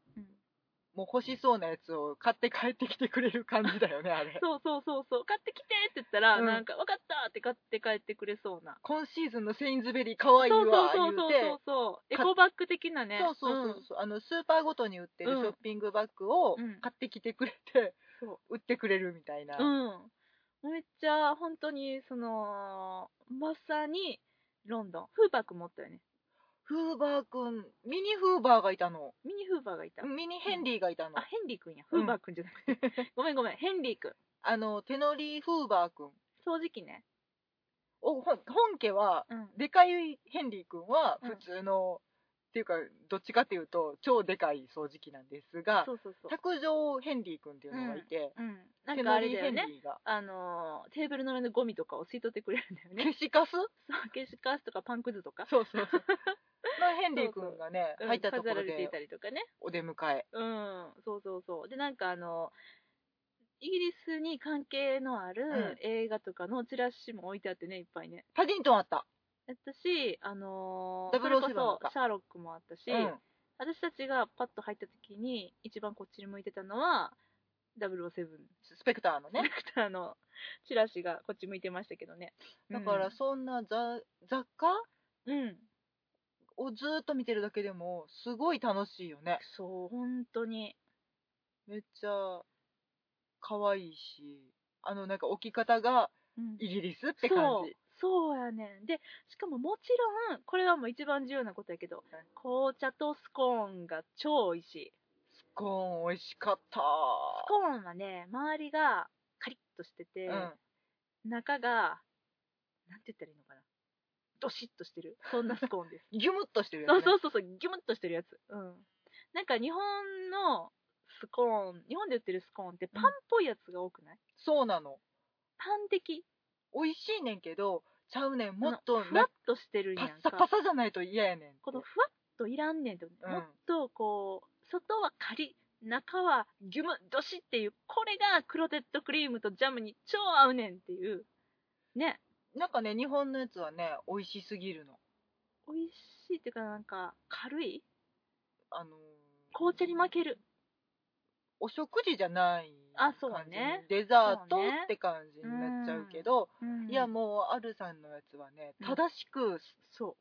S2: もう欲しそうなやつを買って帰ってきてくれる感じだよねあれ
S1: そうそうそうそう買ってきてって言ったら、
S2: うん
S1: なんか分かったって買って帰ってくれそうな
S2: 今シーズンのセインズベリー可愛い
S1: そうそう
S2: わ
S1: そ
S2: 言
S1: うそ
S2: う
S1: う
S2: て
S1: そうエ
S2: か
S1: コバッグ的なね
S2: そうそうそうそうあのスーパーごとに売ってるショッピングバッグを
S1: うん
S2: 買ってきてくれて、
S1: そ
S2: 売ってくれるみたいな、
S1: うん、うん、めっちゃ本当にそのまさにロンドンフーバー君持ったよね
S2: フーバーくんミニフーバーがいたの
S1: ミニフーバーがいた、
S2: ミニヘンリーがいたの、
S1: あヘンリー君やフーバー君じゃなくて、 ごめんごめんヘンリー君
S2: あの手乗りフーバーくん
S1: 掃除機ね
S2: おほん本家は
S1: うん
S2: でかいヘンリーくんは
S1: うん
S2: 普通の、っていうかどっちかっていうと超でかい掃除機なんですが
S1: そうそうそう
S2: 卓上ヘンリーくんっていうのがいて、
S1: うんなん
S2: 手
S1: かあ
S2: 乗
S1: れ
S2: り
S1: だ
S2: ヘ
S1: よ
S2: ン
S1: ね
S2: リーが
S1: あのーテーブルの上のゴミとかを吸い取ってくれるんだ よね
S2: 消しカス
S1: そう消しカスとかパンくずとか
S2: そう そうそう。のヘンリー君がね、
S1: うん
S2: 入ったとこ
S1: 飾ら
S2: ろ
S1: れてい
S2: で
S1: たりとかね
S2: お出迎え。
S1: うんそうそうそうでなんかあのイギリスに関係のある映画とかのチラシも置いてあってねいっぱいね
S2: パディントンあった。
S1: やったしあのーそれ
S2: 007
S1: こ
S2: の
S1: そ
S2: か
S1: シャーロックもあったし、私たちがパッと入った時に一番こっちに向いてたのは007
S2: スペクターの
S1: キャラ
S2: ね。
S1: クターのチラシがこっち向いてましたけどね
S2: だからそんな雑雑貨
S1: うん、うん
S2: をずーっと見てるだけでもすごい楽しいよね。
S1: そう本当に
S2: めっちゃ可愛いし、あのなんか置き方が
S1: うん
S2: イギリスって感じ。
S1: そうそうやねんでしかももちろんこれはもう一番重要なことやけど紅茶とスコーンが超美味しい
S2: スコーン美味しかっ
S1: ス
S2: た。
S1: コーンはね周りがカリッとしてて、
S2: うん。
S1: 中がなんて言ったらいいのかなドシッとしてるそんなスコーンです
S2: ギュムっとしてるや
S1: そう
S2: つ、ね。
S1: そうそうそうギュムッとしてるやつうんなんか日本のスコーン日本で売ってるスコーンってパンっぽいやつが多くない、
S2: そうなの。
S1: パン的
S2: 美味しいねんけど、ちゃうねん。もっと
S1: ふわっとしてるん
S2: パ
S1: やん
S2: ッ
S1: か
S2: サパサじゃないと嫌やねんって。
S1: このふわっといらんねんと、
S2: うん
S1: もっとこう外はカリッ中はギュムどしっていうこれがクロテッドクリームとジャムに超合うねんっていうね
S2: なんかね、日本のやつはね、美味しすぎるの。
S1: 美味しいっていうかなんか軽い
S2: あのー
S1: 紅茶に負ける
S2: お食事じゃない
S1: あそうね
S2: 感じにデザート
S1: そうね
S2: って感じになっちゃうけど、いやもう、アルさんのやつはね
S1: う、ん
S2: 正しく
S1: そう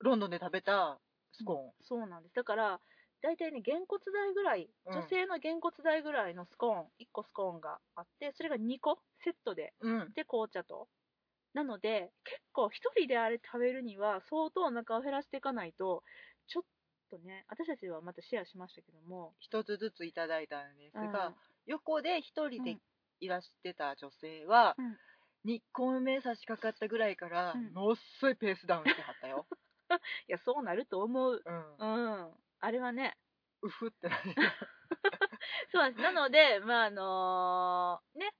S2: ロンドンで食べたスコ
S1: そうなんですだから大体ねげんこつ代ぐらい
S2: うん
S1: 女性のげんこつ代ぐらいのスコーン1個スコーンがあってそれが2個セットで
S2: ーン。うん。
S1: で紅茶となので結構一人であれ食べるには相当お腹を減らしていかないとちょっとね私たちはまたシェアしましたけども、
S2: 一つずついただいたんです
S1: うん
S2: が、横で一人
S1: う
S2: で
S1: ん
S2: いらしてた女性は
S1: うん、
S2: 日光目差しかかったぐらいから
S1: うん、
S2: もっそいペースダウンしてはっ たよ。
S1: いやそうなると思う
S2: うん。
S1: うんあれはね
S2: うふってなる。
S1: そう なんですなのでまああのーね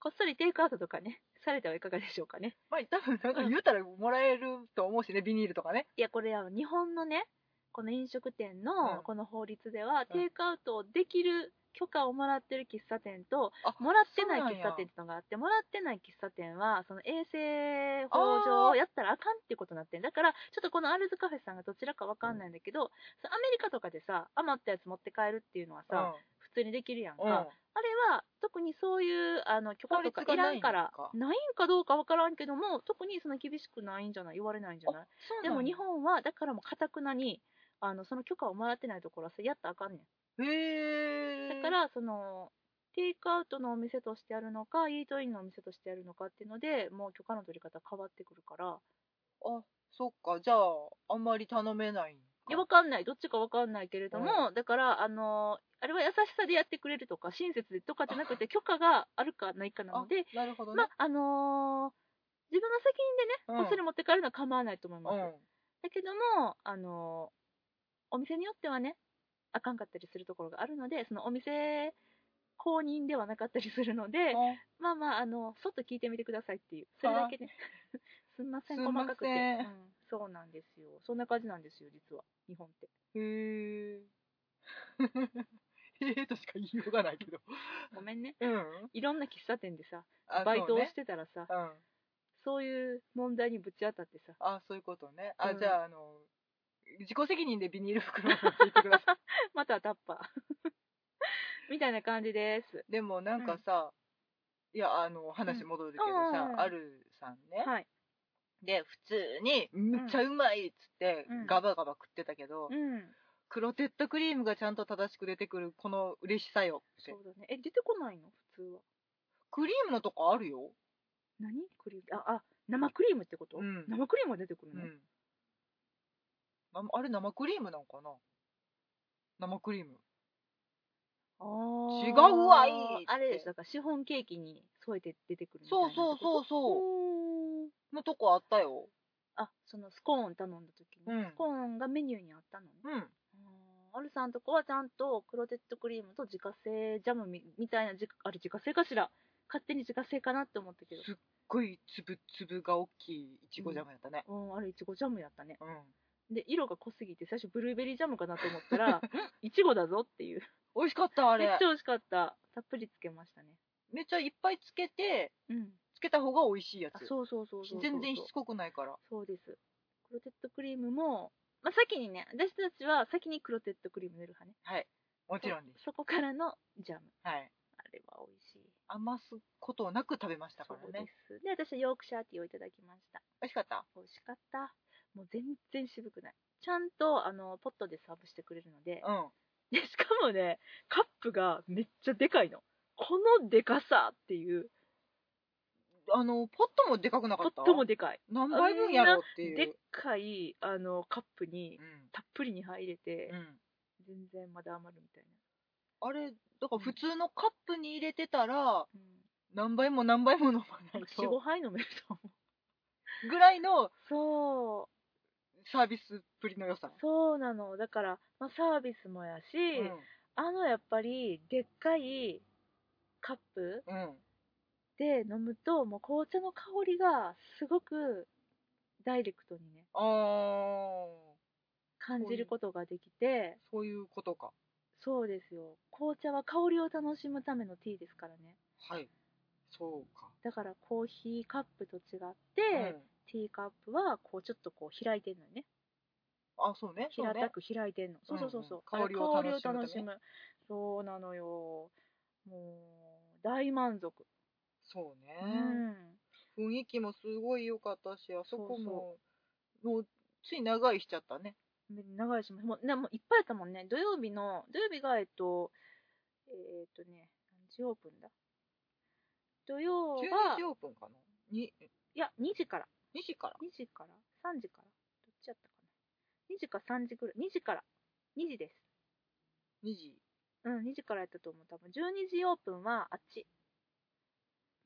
S1: こっそりテイクアウトとかねされてはいかがでしょうかね
S2: まあ多分なんか言うたらもらえると思うしね、ビニールとかね。
S1: いやこれあの日本のねこの飲食店の
S2: うん
S1: この法律では、
S2: ん
S1: テイクアウトをできる許可をもらってる喫茶店と
S2: あ
S1: もらってない
S2: そうなん
S1: 喫
S2: や
S1: 茶店ってのがあってもらってない喫茶店はその衛生法上やったらあかんっていうことになってんだからちょっとこのアルズカフェさんがどちらかわかんないんだけど、そのアメリカとかでさ余ったやつ持って帰るっていうのは
S2: う
S1: さ、
S2: ん
S1: 普通にできるやんか、
S2: うん
S1: あれは特にそういうあの許可とか
S2: 法律が
S1: いらんから
S2: ないんか
S1: ないんかどうかわからんけども特にそんな厳しくないんじゃない言われないんじゃない
S2: そうなん
S1: で
S2: や
S1: も日本はだからもうかたくなにあのその許可をもらってないところはそれやったらあかんね
S2: へ
S1: ん
S2: え
S1: だからそのテイクアウトのお店としてやるのかイートインのお店としてやるのかっていうのでもう許可の取り方変わってくるから
S2: あそっかじゃああんまり頼めないんか
S1: いやわかんないどっちかわかんないけれども、だからあのあれは優しさでやってくれるとか親切でとかじゃなくて許可があるかないかなので
S2: なるほどね、
S1: まああのー自分の責任でね、
S2: うん
S1: こっそり持って帰るのは構わないと思います、
S2: うん
S1: だけども、あのお店によってはね、あかんかったりするところがあるので、そのお店公認ではなかったりするので、
S2: あ
S1: まあまあ、あのそっと聞いてみてくださいっていう、それだけね。すんません、
S2: すん
S1: 細
S2: ません
S1: かくて、うん。そうなんですよ。そんな感じなんですよ、実は、日本って。
S2: へえ へえとしか言いようがないけ ど
S1: ごめんね。
S2: うん
S1: いろんな喫茶店でさ、
S2: あ
S1: バイト
S2: そう
S1: を
S2: ね
S1: してたらさ、
S2: うん
S1: そ,、そういう問題にぶち当た ってさ
S2: あそういうことねあ、
S1: うん
S2: じゃああの自己責任でビニール袋を持っていってくださ
S1: またはタッパー みたいな感じです
S2: いでもなんかさ、いやあの話戻るけどさ、
S1: うん
S2: あるさんね、
S1: はい
S2: で普通にむっちゃうまいっつって
S1: うん
S2: ガバガバ食ってたけど、
S1: うん
S2: クロテッドクリームがちゃんと正しく出てくるこの嬉しさよって
S1: そうだねえ出てこないの普通は
S2: クリームのとこあるよ
S1: 何クリームああ生クリームってこと、
S2: うん
S1: 生クリームが出てくる
S2: う
S1: の、
S2: んなあれ生クリームなんかな生クリーム
S1: あー
S2: 違うわいいって
S1: あれですだからシフォンケーキに添えて出てくるみたいな
S2: そうそうそう
S1: う
S2: そ
S1: ーん
S2: うのとこあったよ
S1: あそのスコーン頼んだ時に、
S2: うん
S1: スコーンがメニューにあったのね
S2: うん
S1: あーアルさんとこはちゃんとクロテッドクリームと自家製ジャムみみたいな自あれ自家製かしら勝手に自家製かなって思ったけど
S2: すっごい粒粒が大きいいちごジャムやったね
S1: うんあれいちごジャムやったね
S2: うん、
S1: で色が濃すぎて最初ブルーベリージャムかなと思ったら んいちごだぞっていう
S2: 美味しかったあ
S1: めっ
S2: れ
S1: ちゃ美味しかったたっぷりつけましたね
S2: めっちゃいっぱいつけて
S1: うん
S2: つけた方が美味しいや
S1: あ
S2: つ
S1: そうそうそうそうそう
S2: 全然しつこくないから
S1: そうですクロテッドクリームも、まあ、先にね私たちは先にクロテッドクリーム塗る派ね
S2: もちろんです
S1: そそこからのジャム
S2: はい
S1: あれは美味しい
S2: 余すことなく食べました
S1: そ
S2: か
S1: う
S2: ら
S1: で
S2: ね
S1: すで私はヨークシャーティーをいただきました
S2: 美味しかった
S1: 美味しかったもう全然渋くないちゃんとあのポットでサーブしてくれるので
S2: うん
S1: でしかもねカップがめっちゃでかいのこのでかさっていう
S2: あのポットもでかくなか
S1: とっ
S2: った
S1: てもでかい
S2: 何杯分やろうっていう
S1: でっかいあのカップにたっぷりに入れて
S2: うん、うん
S1: 全然まだ余るみたい
S2: あれだから普通のカップに入れてたら
S1: な、
S2: 何杯も何杯も飲まな
S1: う
S2: い
S1: ん、45
S2: と
S1: 杯飲めると思う
S2: ぐらいの
S1: そう
S2: サービスっぷりの良さ、
S1: そうなのだから、まあ、サービスもやし、
S2: う
S1: あのやっぱりでっかいカップ
S2: んうん、
S1: で飲むともう紅茶の香りがすごくダイレクトにね
S2: あ
S1: 感じることができて
S2: ーそういうことか
S1: そうですよ紅茶は香りを楽しむためのティーですからね
S2: はいそうか
S1: だからコーヒーカップと違って、ティーカップはこうちょっとこう開いてんのよね
S2: うん、あそうねそう
S1: 平
S2: ね
S1: たく開いてんの。そうそうそうそう。
S2: うんうん
S1: あれ
S2: 香りを楽しむため
S1: 香りを楽そうなのよ。もう大満足。
S2: そうね
S1: う、ん。
S2: 雰囲気もすごい良かったしあそこ
S1: そう
S2: ももうつい長いしちゃったね
S1: 長いしももうなもういっぱいやったもんね。土曜日の土曜日がえっとえーっとね何時オープンだ。土曜
S2: 12
S1: は
S2: 時オープンかなに
S1: いや2時から
S2: 2時から
S1: 2時から3時からどっちやったかな。2時か3時ぐらい2時から2時です。
S2: 2時
S1: うん2時からやったと思う。多分12時オープンはあっち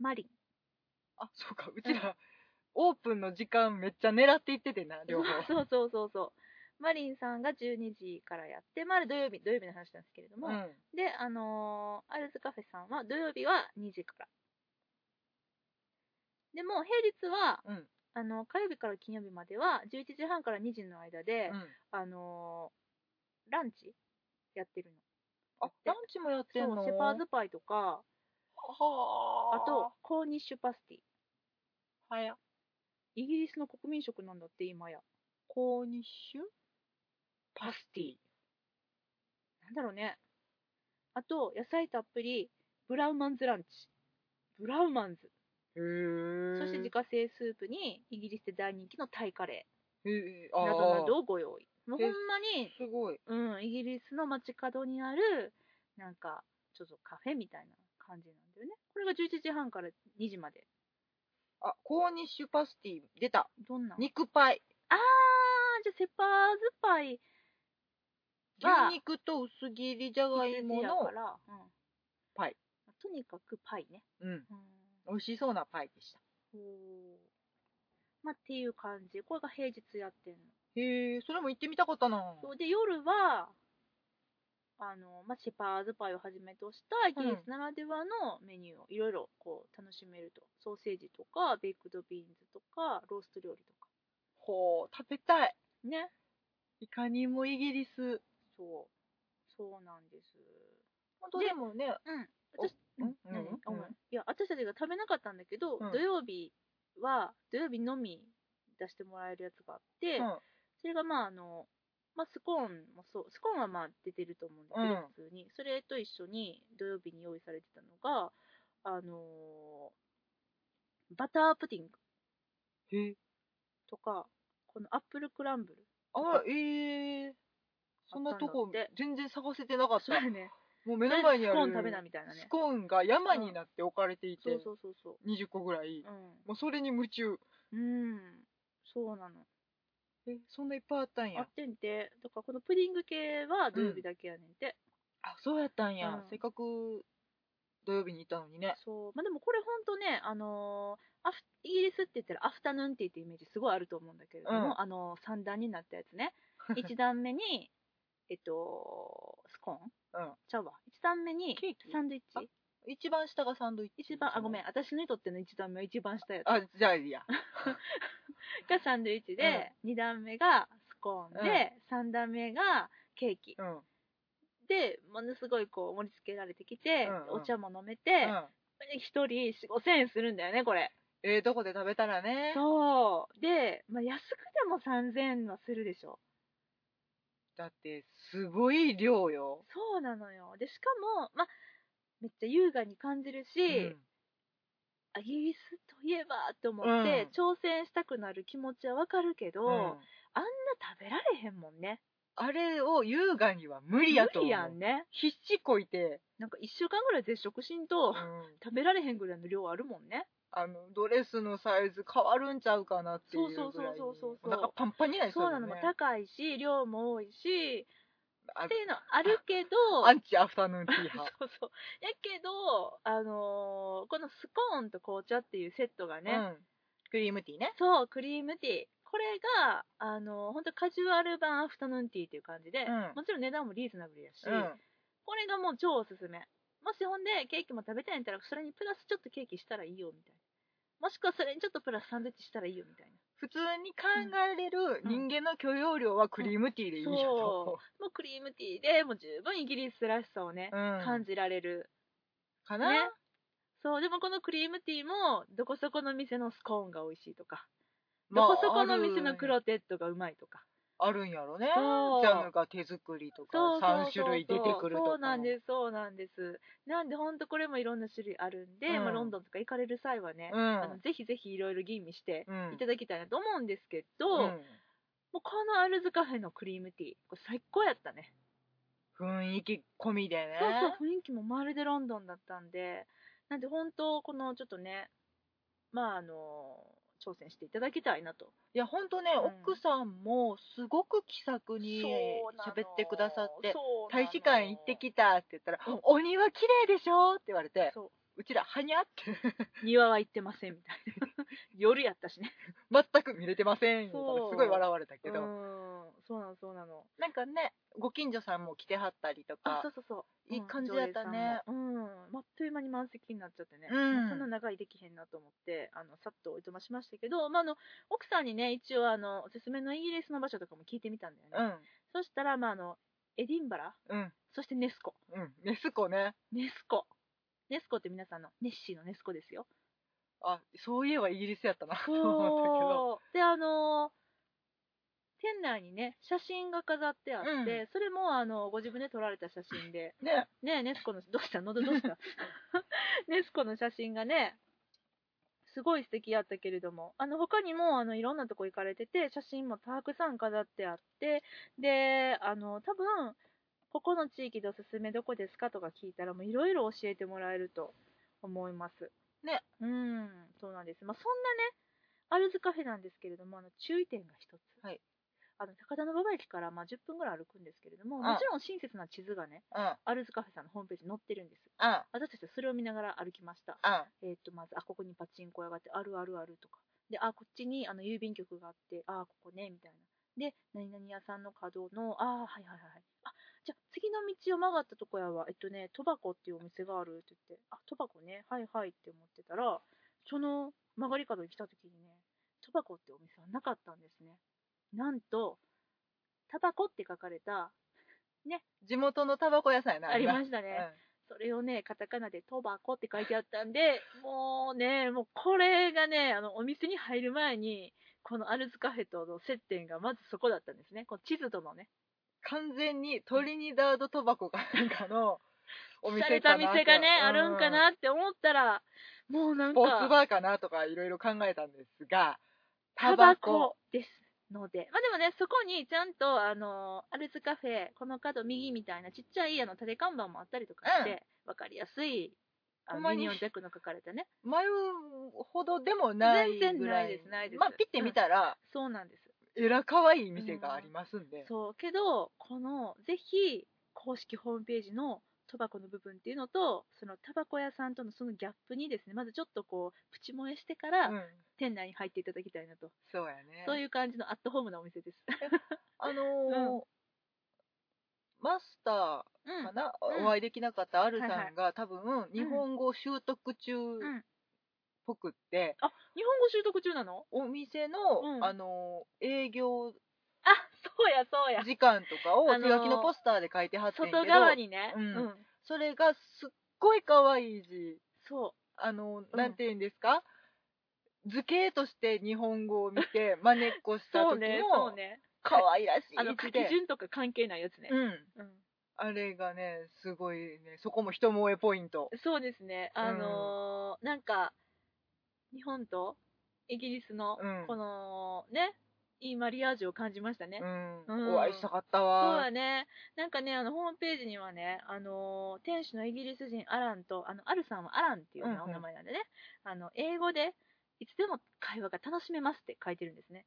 S1: マリン。
S2: あそうかうちら、オープンの時間めっちゃ狙っていっててな両 方
S1: そうそうそうそう。マリンさんが12時からやって、まあ、あれ土曜日、土曜日の話なんですけれども、
S2: うん
S1: で、あのーアルズカフェさんは土曜日は2時から。でも、平日は、
S2: うん
S1: あの火曜日から金曜日までは、11時半から2時の間で、
S2: うん
S1: あのーランチやってるの。
S2: あランチもやってん
S1: そ
S2: の
S1: う、シェパーズパイとか、
S2: は
S1: あ
S2: あ
S1: と、コーニッシュパスティ。
S2: はや
S1: イギリスの国民食なんだって、今や。
S2: コーニッシュパスティ
S1: なんだろうね。あと、野菜たっぷり、ブラウマンズランチ。ブラウマンズ。
S2: へえ
S1: そして自家製スープに、イギリスで大人気のタイカレ
S2: へえあ
S1: ー
S2: あ
S1: などなどをご用意。もうほ
S2: え
S1: んまに、
S2: すごい
S1: うん、イギリスの街角にある、なんか、ちょっとカフェみたいな感じなんだよね。これが11時半から2時まで。
S2: あコーニッシュパスティ出た
S1: どんな
S2: 肉パイ
S1: あー、じゃあセパーズパイ、は
S2: 牛肉と薄切りじゃがいも
S1: や
S2: の
S1: から、うん、
S2: パイ。
S1: とにかくパイね。
S2: うん
S1: うん
S2: 美味しそうなパイでした
S1: おーまあ、っていう感じ。これが平日やってんの。
S2: へえそれも行ってみたかったな
S1: そうで、夜は、あの、まあ、シェパーズパイをはじめとしたイギリスならではのメニューをいろいろこう楽しめると。ソーセージとか、ベイクドビーンズとか、ロースト料理とか。
S2: ほう食べたい
S1: ね。
S2: いかにもイギリス
S1: そう。そうなんです。
S2: 本当
S1: で
S2: でもね
S1: うん。私、
S2: おん
S1: 何
S2: うん
S1: あごめんいや、私たちが食べなかったんだけど、
S2: うん
S1: 土曜日は土曜日のみ出してもらえるやつがあって、
S2: うん
S1: それがまああの、まあ、スコーンもそうスコーンはまあ出てると思うんですけど、普
S2: うん
S1: 通にそれと一緒に土曜日に用意されてたのがあのーバタープディング
S2: へえ
S1: とかこのアップルクランブル
S2: あええそんなと
S1: あった
S2: こ
S1: んだって
S2: 全然探せてなかった
S1: そうやね
S2: もう目の前にある
S1: スコーン食べなみたいなね
S2: スコーンが山になって置かれてい
S1: そう
S2: て、
S1: そうそうそう
S2: 20個ぐらい、
S1: う
S2: もうそれに夢中
S1: ん、うん、そうなの
S2: えそんないっぱいあったん
S1: あ
S2: や
S1: ってんてだからこのプディング系は土曜日だけやねんて、
S2: あそうやったんや、
S1: うん
S2: せっかく土曜日に行ったのにね
S1: そうまあでもこれほんとねあのーアフイギリスって言ったらアフタヌーンティーってイメージすごいあると思うんだけれども、
S2: うん
S1: あの3段になったやつね 1段目にえっとスコーン、
S2: うん
S1: ちゃうわ1段目に
S2: ケーキ
S1: サンドイッ
S2: あ
S1: チ
S2: 一番下がサンドイッチ
S1: 一番あごめん私にとっての1段目は一番下やつ
S2: あじゃあいいや
S1: がサンドイッチで、2段目がスコーンで、3段目がケーキ
S2: うん、うん
S1: でものすごいこう盛り付けられてきて、
S2: うんうん
S1: お茶も飲めて、一人5000円するんだよねこれ
S2: ええとこで食べたらね
S1: そうで、まあ、安くても3000円はするでしょ
S2: だってすごい量よ、
S1: そうなのよでしかも、まあ、めっちゃ優雅に感じるし、あイギリスといえばと思って、挑戦したくなる気持ちはわかるけど、
S2: うん
S1: あん
S2: うん
S1: な食べられへんもんね
S2: あれを優雅には無理やと思う
S1: やんね
S2: 必死こいて、
S1: なんか1週間ぐらい絶食しんと食べられへんぐらいの量あるもんね
S2: あのドレスのサイズ変わるんちゃうかなっていうぐらい
S1: そうそうそうそうそう
S2: なんかパンパンになり
S1: そうな
S2: だよ
S1: のも
S2: ね
S1: 高いし量も多いし
S2: あ
S1: っていうのあるけど
S2: アンチアフタヌーンティー派
S1: そうそう。やけど、あのーこのスコーンと紅茶っていうセットがね、
S2: うんクリームティーね
S1: そう、クリームティー。これが、あのー、本当カジュアル版アフタヌーンティーっていう感じで、
S2: うん
S1: もちろん値段もリーズナブルやし、
S2: うん
S1: これがもう超おすすめ。もしほんで、ケーキも食べたいんやったら、それにプラスちょっとケーキしたらいいよ、みたいな。もしくはそれにちょっとプラスサンドイッチしたらいいよ、みたいな。
S2: 普通に考えれる人間の許容量はクリームティーでいいやと
S1: もうクリームティーでもう十分イギリスらしさをね、
S2: 思う、うん
S1: 感じられる。
S2: か
S1: ね
S2: な、。
S1: そう、でもこのクリームティーも、どこそこの店のスコーンが美味しいとか。
S2: まあ
S1: どこそこの店のクロテッドがうまいとか。
S2: あるんやろね
S1: そう
S2: ジャムが手作りとか
S1: そうそう
S2: 3
S1: そうそう
S2: 種類出てくるとか
S1: そうなんです、そうなんです。なんで、ほんとこれもいろんな種類あるんで、
S2: うん
S1: まあ、ロンドンとか行かれる際はね、
S2: う
S1: あの
S2: ん
S1: ぜひぜひいろいろ吟味して
S2: うん
S1: いただきたいなと思うんですけど、
S2: う
S1: もうこのアルズカフェのクリームティー、これ最高やったね。
S2: ん雰囲気込みでね
S1: そうそう雰囲気もまるでロンドンだったんでなんで本当このちょっとねまああの挑戦していただきたいなと
S2: いやほんとね、
S1: うん
S2: 奥さんもすごく気さくに喋ってくださって「大使館行ってきた」って言ったら
S1: うん
S2: 「お庭綺麗でしょ」って言われて
S1: そう
S2: ちらはにゃって
S1: 庭は行ってませんみたいな 夜やったしね
S2: 全く見れてませんみたい
S1: そ
S2: な
S1: う
S2: すごい笑われた
S1: う
S2: け
S1: ん
S2: ど、
S1: そうなのそうなの
S2: なんかねご近所さんも来てはったりと
S1: あ
S2: か
S1: そうそうそう
S2: いい感じやったね
S1: うん常連さんもうんまあっという間に満席になっちゃってね、
S2: うん
S1: そんな長いできへんなと思ってあのさっとおいとましましたけど、まあ、あの奥さんにね一応あのおすすめのイギリスの場所とかも聞いてみたんだよね、
S2: うん
S1: そしたら、まあ、あのエディンバラ
S2: うん
S1: そしてネスコ。
S2: うんネスコね
S1: ネスコ。ネスコって皆さんのネッシーのネスコです よ。
S2: あそういえばイギリスやったなと思っ
S1: う。で、あのー店内にね、写真が飾ってあって、
S2: うん
S1: それも、あのご自分で撮られた写真で、
S2: たけどね
S1: ね、ネスコの、どうした喉 どうしたネスコの写真がね、すごい素敵やったけれども、あの、他にも、あの、いろんなとこ行かれてて、写真もたくさん飾ってあって、で、あの、多分、ここの地域でおすすめどこですかとか聞いたら、もういろいろ教えてもらえると思います。
S2: ね。
S1: うん、そうなんです。まあ、そんなね、アルズカフェなんですけれども、あの、注意点が一つ。
S2: はい
S1: あの、高田馬場駅から、まあ、10分ぐらい歩くんですけれども、
S2: あ
S1: もちろん親切な地図がね、
S2: うんうん
S1: アルズカフェさんのホームページに載ってるんです。私たちはそれを見ながら歩きました。
S2: うん
S1: えっ、と、まず、あ、ここにパチンコ屋があって、あるあるあるとか。で、あ、こっちにあの郵便局があって、あ、ここね、みたいな。で、何々屋さんの角の、あ、はいはいはい。あ、じゃあ次の道を曲がったとこやは、えっとね、トバコっていうお店があるって言って、あ、トバコね、はいはいって思ってたら、その曲がり角に来た時にね、トバコってお店はなかったんですね。なんと、タバコって書かれた、
S2: 地元のタバコ屋さんやな
S1: あり
S2: す
S1: ましたね。それをね、カタカナでトバコって書いてあったんで、もうね、もうこれがね、あの、お店に入る前に、このアルズカフェとの接点がまずそこだったんですね。この地図とのね、
S2: 完全にトリニダードトバコかなん かのお
S1: おしゃ
S2: 店
S1: れ
S2: か
S1: た
S2: な
S1: 店がね、
S2: と
S1: あるんかなって思ったら、もうな
S2: うんんスポーツ
S1: か、
S2: バーかなとかいろいろ考えたんですが
S1: タバコですので。まあでもね、そこにちゃんと、あの、アルズカフェ、この角右みたいなちっちゃいあの縦看板もあったりとかして、わ、かりやすい、あ
S2: ほん
S1: の
S2: ま
S1: ミ
S2: に
S1: ニオンジャックの書かれたね。
S2: 迷うほどでもない
S1: 全然
S2: ぐら
S1: ないですないです
S2: まあピッて見たら、
S1: そうなんです。
S2: えら可愛い店がありますんで、
S1: そうけどこのぜひ公式ホームページのトバコの部分っていうのとそのタバコ屋さんとのそのギャップにですねまずちょっとこうプチ萌えしてか
S2: う
S1: ら
S2: ん
S1: 店内に入っていただきたいなと、
S2: そうやね
S1: そういう感じのアットホームなお店です、
S2: あのーマスタ
S1: う
S2: ーか
S1: ん、
S2: な、
S1: うん
S2: お会いできなかったアルさんが、
S1: はい
S2: 多分日本語習得中っ
S1: ん
S2: ぽくって、
S1: 日本語習得中なの
S2: お店の、
S1: うん
S2: あのー営業
S1: あそうやそうや
S2: 時間とかを
S1: あの
S2: 手
S1: ー
S2: 書きのポスターで書いてはってんけど
S1: 外側にね、
S2: うんそれがすっごい可愛い字
S1: そ
S2: あの
S1: う
S2: ー
S1: ん
S2: なんて言うんですか、図形として日本語を見 て真似っこし
S1: う
S2: た
S1: そう
S2: 時
S1: ねそう
S2: の
S1: ね
S2: 可愛らしい
S1: あの書き
S2: 字で、
S1: 順とか関係ないやつね、
S2: うん、
S1: うん
S2: あれがねすごいねそこも人萌えポイント
S1: そうですねあのーなんか日本とイギリスの
S2: うん
S1: このね、いいマリアージュを感じましたね。
S2: う
S1: うん
S2: ん、お会いしたかった
S1: そう
S2: わ
S1: だね。なんかね、あの、ホームページにはね、あのー、店主のイギリス人アランと、あの、アルさんはアランっていうような
S2: う
S1: お
S2: んうん
S1: 名前なんでね、あの、英語で、いつでも会話が楽しめますって書いてるんですね。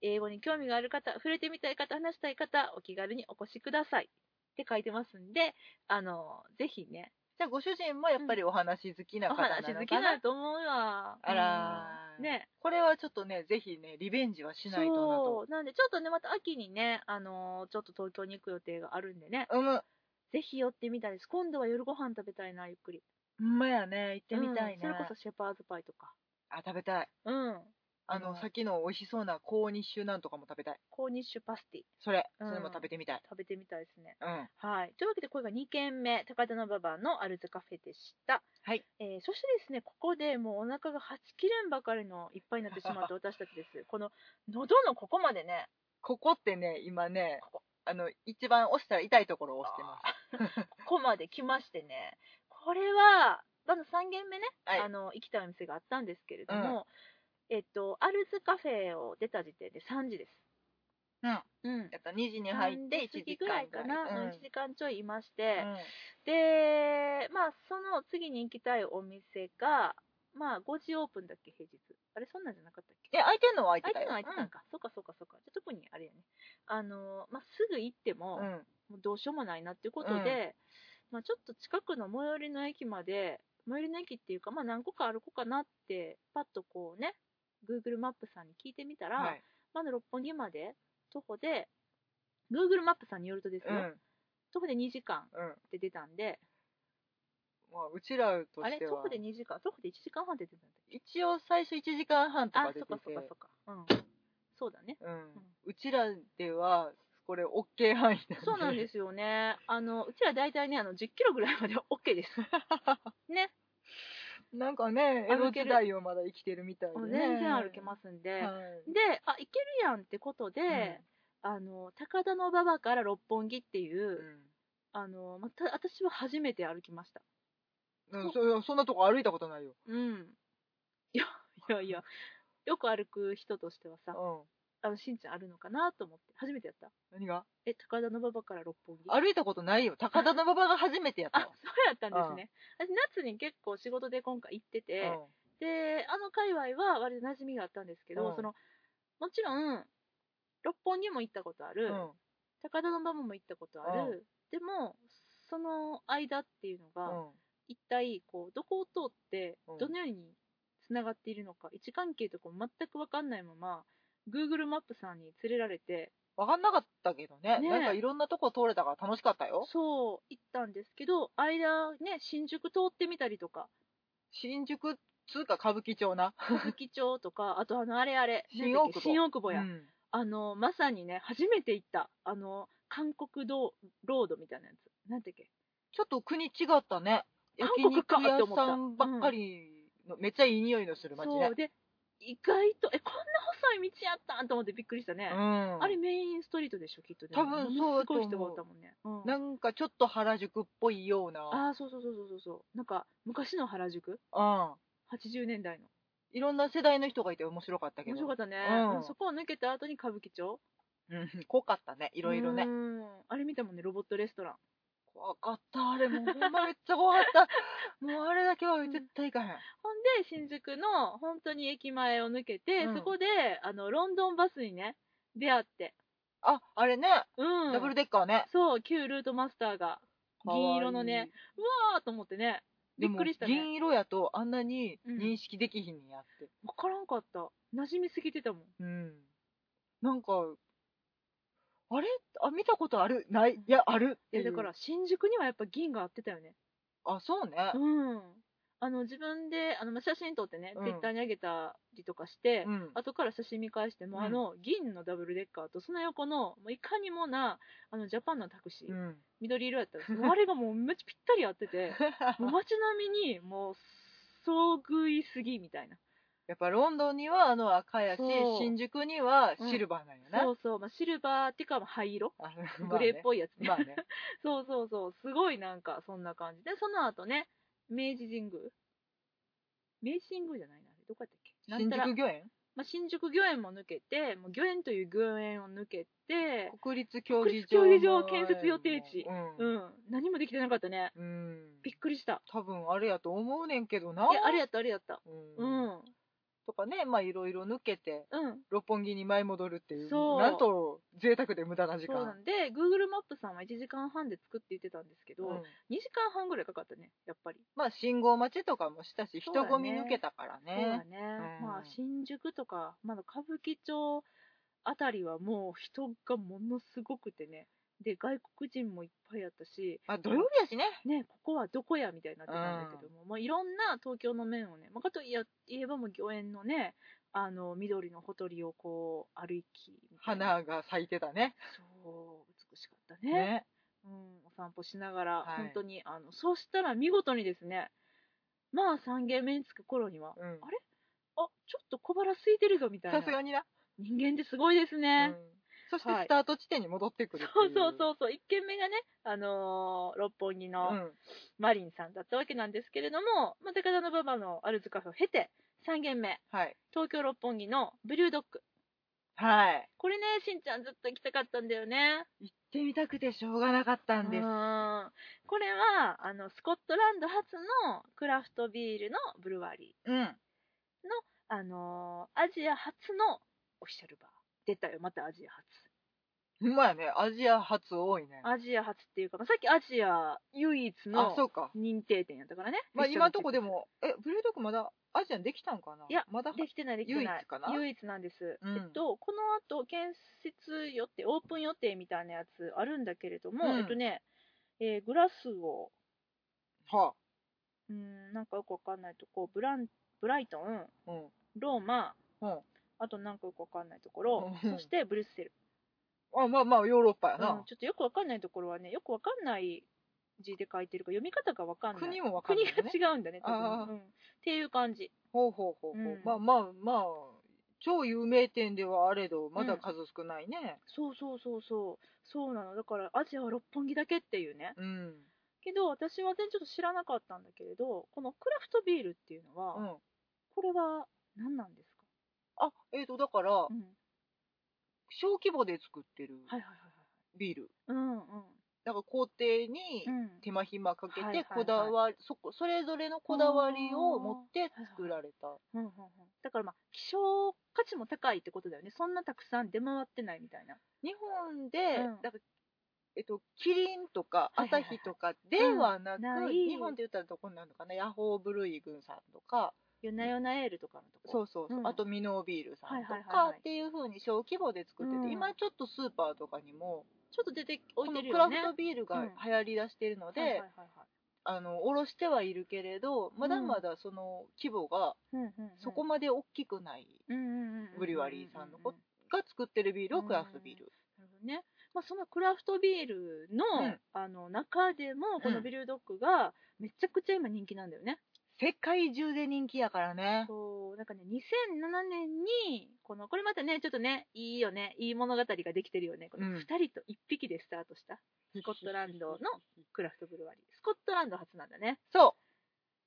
S1: 英語に興味がある方、触れてみたい方、話したい方、お気軽にお越しくださいって書いてますんで、あのー、ぜひね、
S2: じゃあご主人もやっぱりお話好きな
S1: お
S2: 方な
S1: 話
S2: のかな
S1: 好きだと思うわ。
S2: あら
S1: うんね。
S2: これはちょっとねぜひねリベンジはしないとなと
S1: そうなんでちょっとねまた秋にねあのーちょっと東京に行く予定があるんでね
S2: うむ
S1: ぜひ寄ってみたいです今度は夜ご飯食べたいなゆっくり
S2: ほんまやね行ってみた
S1: う
S2: い
S1: んそれ
S2: な、
S1: こそシェパーズパイとか
S2: あ食べたい
S1: うん
S2: あの、
S1: うん
S2: さっきの美味しそうな高日酒なんとかも食べたい
S1: 高ニッシュパスティ
S2: それ
S1: うん
S2: それも食べてみたい
S1: 食べてみたいですね
S2: うん、
S1: はいというわけでこれが2軒目高田の馬場のアルズカフェでした
S2: はい、
S1: えーそしてですねここでもうお腹がはちきれんばかりのいっぱいになってしまった私たちですこの喉のここまでね
S2: ここってね今ねあの一番押したら痛いところを押してます
S1: ここまで来ましてね、これは、まず3軒目ね、
S2: はい
S1: あの行きたいお店があったんですけれども、えっと、アルズカフェを出た時点で3時です。うん。
S2: やった2時に入って1
S1: 3時
S2: 時
S1: ぐ
S2: 間
S1: らいかな、
S2: うん
S1: 1時間ちょいいまして、
S2: うん
S1: で、まあ、その次に行きたいお店が、まあ、5時オープンだっけ、平日。あれ、そんなんじゃなかったっけ
S2: え開いてんのは開い
S1: 相
S2: てた
S1: 手
S2: よ
S1: の相手なんか、そうかそうかそうか、じゃあ特にあれやね、あのまあ、すぐ行っても、
S2: うん、うん
S1: もうどうしようもないなっていうことで、
S2: うん
S1: まあ、ちょっと近くの最寄りの駅まで最寄りの駅っていうか、まあ、何個か歩こうかなってパッとこうね Google マップさんに聞いてみたら、
S2: はい
S1: まだ六本木まで徒歩で Google マップさんによるとです
S2: う
S1: よ、
S2: ん
S1: 徒歩で2時間っ
S2: うん
S1: て出たんで
S2: まあ、うちらと
S1: あ
S2: し
S1: れ
S2: て
S1: 徒
S2: は
S1: 歩で2時間徒歩で1時間半って出てたんだっ
S2: 一応最初1時間半と
S1: け
S2: か
S1: あ
S2: 出
S1: そ
S2: て
S1: っかそ
S2: て
S1: っかそっかうんそうだね
S2: うん、うちらではこれ OK 範囲だね
S1: そうなんですよね。あのうちら大体ねあの10キロぐらいまで OK です。ね、
S2: なんかね江戸
S1: 歩ける
S2: 時代をまだ生きてるみたいで、
S1: もう
S2: ね、
S1: 全然歩けますんで、
S2: はい
S1: で、あ、行けるやんってことで、あの、高田の馬場から六本木っていう、
S2: うん
S1: あの、また、私は初めて歩きました。
S2: うんうんそそんなとこ歩いたことないよ、
S1: うん。いや、いやいや、よく歩く人としてはさ、
S2: う
S1: あの、しんちゃんあるのかなと思って、初めてやった。
S2: ん、何が
S1: え、高田の馬場から六本木。
S2: 歩いたことないよ高田の馬場が初めてやった
S1: あ、
S2: わ
S1: そうやったんですね。私、夏に結構仕事で今回行ってて、で、あの界隈は割と馴染みがあったんですけど、
S2: うん
S1: その、もちろん、六本木も行ったことあ
S2: う
S1: る、
S2: んうん
S1: 高田馬場も行ったことある、でもその間っていうのが、
S2: うん
S1: 一体こうどこを通って
S2: うん
S1: どのようにつながっているのか、位置関係とかも全く分かんないまま Google マップさんに連れられて
S2: わかんなかったけどね
S1: ね
S2: なんかいろんなとこ通れたから楽しかったよ
S1: そう行ったんですけど間ね新宿通ってみたりと か
S2: 新宿通か歌舞伎町な、
S1: 歌舞伎町とかあとあのあれあれ
S2: 新大久保
S1: 新大久保や、
S2: うん
S1: あのまさにね初めて行ったあの韓国道ロードみたいなやつなんてっけ
S2: ちょっと国違ったね。
S1: 韓
S2: 焼
S1: 国
S2: 肉
S1: かって
S2: 屋
S1: 思った
S2: さんばっかりの、めっちゃいい匂いのする街ね
S1: そう。で意外とえこんな細い道やったんと思ってびっくりしたね、
S2: うん。
S1: あれメインストリートでしょきっとね
S2: 多
S1: も
S2: 分
S1: のすごい
S2: そうだ
S1: 人
S2: と
S1: が
S2: 思
S1: お
S2: う
S1: ったもんね、うん
S2: なんかちょっと原宿っぽいような。
S1: ああそうそうそうそうそうそうなんか昔の原宿
S2: うん。
S1: 80年代の
S2: いろんな世代の人がいて面白かったけ
S1: 面
S2: ど。
S1: 白かったね、
S2: うん
S1: そこを抜けた後に歌舞伎町
S2: うん。濃かったね。い
S1: い
S2: ろいろね。
S1: あれ見たもんねロボットレストラン
S2: 怖かった。あれもうほんまめっちゃ怖かった。 もうあれだけは絶対行かへん。
S1: ほんで新宿の本当に駅前を抜けて、
S2: うん
S1: そこであのロンドンバスにね出会って
S2: あ、あれね。
S1: うん
S2: ダブルデッカーね。
S1: そう旧ルートマスターが銀色のねうわーと思ってね
S2: で
S1: びっ
S2: も
S1: くりしたね
S2: 銀色やとあんなに認識できひんねやって。
S1: 分からんかった馴染みすぎてたもん
S2: うん。なんか、あれあ、見たことあるないいや、あるっ
S1: い
S2: てい
S1: や
S2: う
S1: だから新宿にはやっぱ銀が合ってたよね
S2: あ、そうね。
S1: うんあの自分であのまあ写真撮ってね、
S2: うん
S1: ツイッターに上げたりとかして、
S2: うん。
S1: 後から写真見返しても、
S2: うん
S1: あの銀のダブルデッカーとその横のもういかにもなあのジャパンのタク シー、
S2: うん。
S1: 緑色やったんですよあれがもうめっちゃぴったり合って てもう街並みにもう遭遇すぎみたいな
S2: やっぱロンドンにはあの赤やし
S1: そう、
S2: 新宿にはシルバーなんやな。
S1: そうそう、まあ、シルバーっていうかまあ灰色
S2: あ
S1: グレーっぽいやつね
S2: まあね。
S1: そうそうそう、すごいなんかそんな感じで、その後ね、明治神宮明治神宮じゃないな、あれどこやったっけ
S2: ま
S1: な
S2: あね
S1: ん
S2: 新
S1: たら
S2: 宿御苑
S1: まあ、新宿御苑も抜けて、もう御苑という御苑を抜けて、
S2: 国立競
S1: 国
S2: 技場。
S1: 立競技場建設予定地
S2: う。
S1: うんん、何もできてなかったね。
S2: うん。
S1: びっくりした。
S2: 多分あれやと思うねんけどな。
S1: いや、あれやった、あれやった。う
S2: うん。
S1: ん、うん、
S2: とかね、まあいろいろ抜けて、六本木に舞い戻るっていう、
S1: そう
S2: なんと贅沢で無駄な時
S1: そうな
S2: 間。
S1: んで、Google マップさんは1時間半で作って言ってたんですけど、
S2: うん
S1: 2時間半ぐらいかかったね、やっぱり。
S2: まあ信号待ちとかもしたし、
S1: そうだ
S2: 人
S1: ね
S2: 混み抜けたから
S1: そうだ
S2: ね。
S1: ね、
S2: うん
S1: まあ新宿とか、まだ歌舞伎町あたりはもう人がものすごくてね、で外国人もいっぱいあったし、
S2: まあ土曜日やしね。
S1: ね、ここはどこやみたいになってたんだけども、まあ、いろんな東京の面をね、まあ、かといや言えばもう御苑のね、あの緑のほとりをこう歩きみたいな、
S2: 花が咲いてたね。
S1: そう、美しかったね。。うん、お散歩しながら、
S2: はい
S1: 本当にあの、そうしたら見事にですね、まあ3軒目に着く頃には、
S2: うん
S1: あれあちょっと小腹空いてるぞみたいな
S2: さすがにな。
S1: 人間ってすごいですね、
S2: うんそして
S1: はい
S2: スタート地点に戻ってくるって
S1: そ
S2: いう
S1: そうそううそう1軒目がね、あのー六本木
S2: う
S1: の
S2: ん
S1: マリンさんだったわけなんですけれども、まあ、高田の馬場のアルズカフェを経て3軒目
S2: はい
S1: 東京六本木のブリュードッグ
S2: はい
S1: これねしんちゃんずっと行きたかったんだよね
S2: 行ってみたくてしょうがなかったんで
S1: うー
S2: す
S1: んこれはあのスコットランド発のクラフトビールのブルワリ
S2: うん
S1: ー、あのーアジア初のオフィシャルバー出たよまたアジア初
S2: ほんまやねアジア初多いね
S1: アジア初っていうか、まあ、さっきアジア唯一
S2: あ
S1: の
S2: そうか
S1: 認定店やったからね。
S2: まあ
S1: 一緒の
S2: 今んとこ
S1: チ
S2: でもえブルードッグまだアジアにできたんかない
S1: や
S2: まだ
S1: ップできてない、できてない。
S2: 唯一かな
S1: 唯一なんです。
S2: うん
S1: えっと、この後、建設予定、オープン予定みたいなやつあるんだけれども、
S2: うん
S1: えっとね、えーグラスを、
S2: は
S1: うーん、なんかよくわかんないとこ、ブラン、ブライトン、
S2: あうん
S1: ローマ、
S2: うん
S1: あとなんかよくわかんないところ、
S2: うん
S1: そしてブリュッセル、
S2: あまあまあヨーロッパや
S1: うん
S2: な、
S1: ちょっとよくわかんないところはね、よくわかんない字で書いてるから、読み方がわかんない。
S2: 国もわかんな
S1: 国
S2: い、ね、
S1: が違うんだね、多
S2: あー
S1: 分。うんっていう感じ。
S2: ほうほうほうほう、
S1: うん
S2: まあまあまあ超有名店ではあれどまだ数少ないね
S1: そうそうそうそう。そうなの。だから、アジアは六本木だけっていうね。
S2: うん
S1: けど、私は全然ちょっと知らなかったんだけれど、このクラフトビールっていうのは、
S2: うん、
S1: これは何なんですか
S2: あえっ、とだから
S1: うん。
S2: 小規模で作ってる
S1: はいはいはい
S2: ビール、
S1: はい。
S2: だから工程に
S1: うんうん。うん。
S2: 手間暇かけ
S1: はいはい
S2: て
S1: はい
S2: こだわり、そこそれぞれのこだわりを持って作られた、
S1: うんうんうんだからまあ、希少価値も高いってことだよね。そんなたくさん出回ってないみたいな。
S2: 日本で、
S1: うん
S2: だからえっと、キリンとか
S1: は
S2: ア
S1: いは
S2: サ
S1: いはい
S2: ヒとかではなく、
S1: うんない
S2: 日本で言ったらどこになるのかなヤホーブルイ軍さんとか
S1: 夜な夜なエールとかのとこ。
S2: そうそうそう、
S1: うん
S2: あとミノービールさんと
S1: はいはいはい
S2: か
S1: はい
S2: っていう風に小規模で作ってて、
S1: うん
S2: 今ちょっとスーパーとかにも
S1: ちょっと出て
S2: こ
S1: 置い
S2: の
S1: てるよ
S2: クラ
S1: ね。
S2: フトビール
S1: う
S2: が
S1: ん
S2: 流行りだしているので、
S1: はいはいはいはい
S2: あの卸してはいるけれどまだまだその規模が
S1: うんうんうん
S2: そこまで大きくない
S1: うんうんうんうんうんうん
S2: ブリュワリーさんのこが作ってるビールをクラフトビール。
S1: なるほどね。まあ、そのクラフトビールの,、
S2: うん
S1: あの中でもこ
S2: う
S1: の
S2: ん
S1: ビルドッグがめちゃくちゃ今人気なんだよね、
S2: 世界中で人気やからね。
S1: そうなんかね2007年にこのこれまたねちょっとねいいよねいい物語ができてるよねこの
S2: うん
S1: 2人と1匹でスタートしたスコットランドのクラフトブルワリースコットランド初なんだね
S2: そ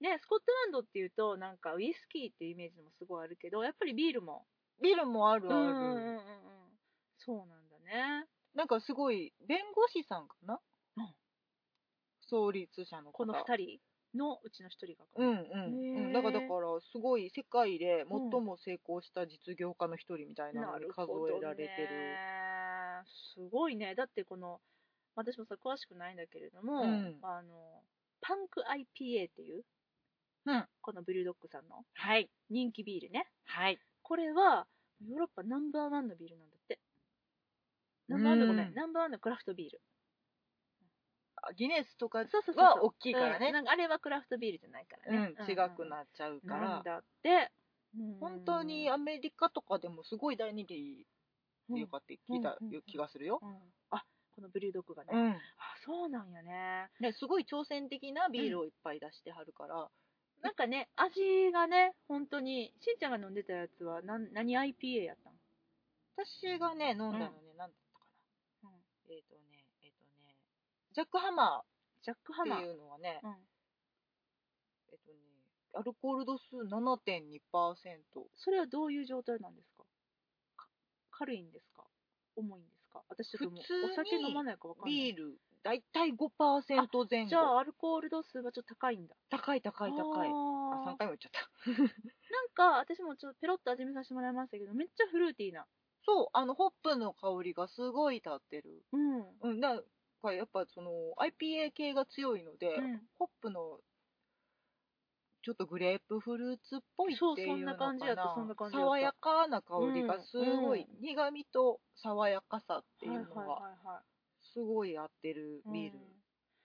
S1: ねスコットランドっていうとなんかウイスキーっていうイメージもすごいあるけどやっぱりビールも
S2: う。ビルもあ
S1: あ
S2: るある。
S1: そうなんだね
S2: なんかすごい、弁護士さんかな、
S1: うん
S2: 創立者の
S1: こ
S2: 方。
S1: の2人のうちの1人が
S2: うんうんう
S1: へ
S2: ん、
S1: ー
S2: だからだからすごい世界で最も成功した実業家の一人みたいなの
S1: な
S2: に
S1: る
S2: 数
S1: ほど
S2: えられてる
S1: ねすごいねだってこの私もさ詳しくないんだけれども、
S2: うん
S1: あのパンク IPA っていう、
S2: うん
S1: このブリュードッグさんの
S2: はい
S1: 人気ビールね
S2: はい
S1: これはヨーロッパナンバーワンのビールなんだってナンバーワンのごめ
S2: うん
S1: んナンバーワンのクラフトビール
S2: あギネスとか
S1: そうそうそうそう
S2: は大きいから
S1: うん
S2: ね
S1: なんかあれはクラフトビールじゃないから
S2: うん、
S1: ね、
S2: 違くなっちゃうか
S1: なん
S2: ら、
S1: だって
S2: 本当にアメリカとかでもすごい大人気っていうかって聞いた
S1: うんうんうん
S2: 気がするよ
S1: う、ん、あこのブリュードッグがね、あ
S2: ん
S1: そうなんやね
S2: ですごい挑戦的なビールをいっぱい出してはるから、
S1: なんかね、味がね、本当に、しんちゃんが飲んでたやつは、なん何 IPA やったの
S2: 私がね飲んだのね、なんだったかな、
S1: うん
S2: えっ、とねえっ、とねジャックハマ
S1: ジャック
S2: ー
S1: ハマ
S2: っ
S1: ー。
S2: ていうのはね、
S1: うん、
S2: えっとね、アルコール度数7.2%。
S1: それはどういう状態なんですかか軽いんですか重いんですか私ちょっとも
S2: 普通
S1: う
S2: に
S1: お酒飲まないかわかんない。
S2: ビール、だいたい5%前
S1: じゃ
S2: 後。
S1: あ、アルコール度数はちょっと高いんだ。
S2: 高い高い高い。あ、
S1: あー
S2: 3回も言っちゃった。
S1: なんか、私もちょっとペロッと味見させてもらいましたけど、めっちゃフルーティーな。
S2: そう、あの、ホップの香りがすごい立ってる。
S1: うん。うん。
S2: うん、だからやっぱその、IPA 系が強いので、ホップの、ちょっとグレープフルーツっぽいって
S1: そう
S2: いうのかな
S1: そんな感じやったそんな感じやった
S2: 爽やかな香りがすごい、
S1: う
S2: 苦味と爽やかさっていう
S1: はい
S2: の
S1: はい
S2: が
S1: はいはい。
S2: すごい合ってるビール、
S1: うん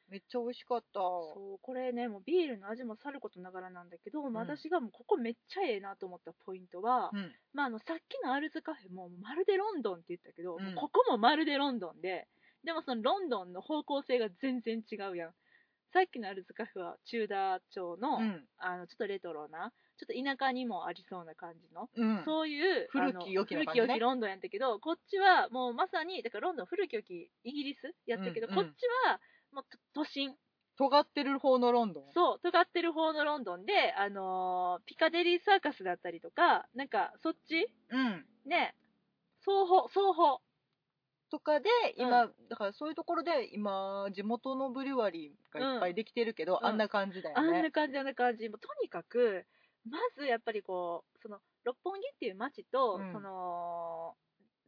S2: めっちゃ美味しかった
S1: そうこれねもうビールの味もさることながらなんだけど、まあ私がもうここめっちゃええなと思ったポイントは、
S2: うん
S1: まあ、あのさっきのアールズカフェもまるでロンドンって言ったけど、
S2: うん
S1: もうここもまるでロンドンででもそのロンドンの方向性が全然違うやんさっきのアールズカフェはチューダー町の,、
S2: うん
S1: あのちょっとレトロなちょっと田舎にもありそうな感じの、
S2: うん
S1: そういう
S2: 古き
S1: あの
S2: 良きな感じ
S1: 古
S2: ね
S1: き良きロンドンやったけどこっちはもうまさにだからロンドン古き良きイギリスやったけど、
S2: うんうん
S1: こっちはもうと都心
S2: 尖ってる方のロンドン
S1: そう、尖ってる方のロンドンで、あのーピカデリーサーカスだったりとか、なんか、そっち
S2: うん
S1: ね、双方、双方。
S2: とかで今、だからそういうところで今地元のブリュワリーがいっぱいできてるけど、
S1: うん
S2: あんな感じだよ
S1: あん
S2: ね
S1: な感じ、あんな感じ。もうとにかく、まずやっぱりこう、その、六本木っていう街と、
S2: うん
S1: その、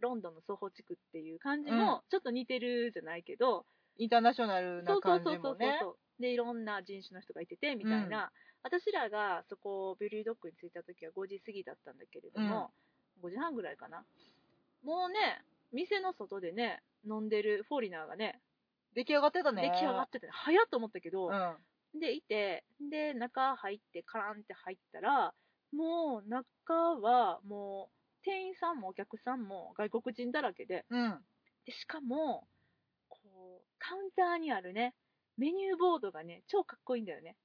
S1: ロンドンの双方地区っていう感じも、ちょっと似てるじゃないけど、
S2: インターナショナル
S1: そ
S2: な
S1: うそう
S2: 感
S1: そう
S2: じ
S1: そうそう、
S2: もね
S1: でいろんな人種の人がいててみたいな、私らがそこビリュードッグに着いた時は5時過ぎだったんだけれども、5時半ぐらいかなもうね店の外でね飲んでるフォーリナーがね
S2: 出来上がってたね
S1: 出来上がってて、早っと思ったけど、
S2: うん
S1: でいてで中入ってカランって入ったらもう中はもう店員さんもお客さんも外国人だらけで
S2: うん
S1: でしかもこうカウンターにあるねメニューボードがね超かっこいいんだよね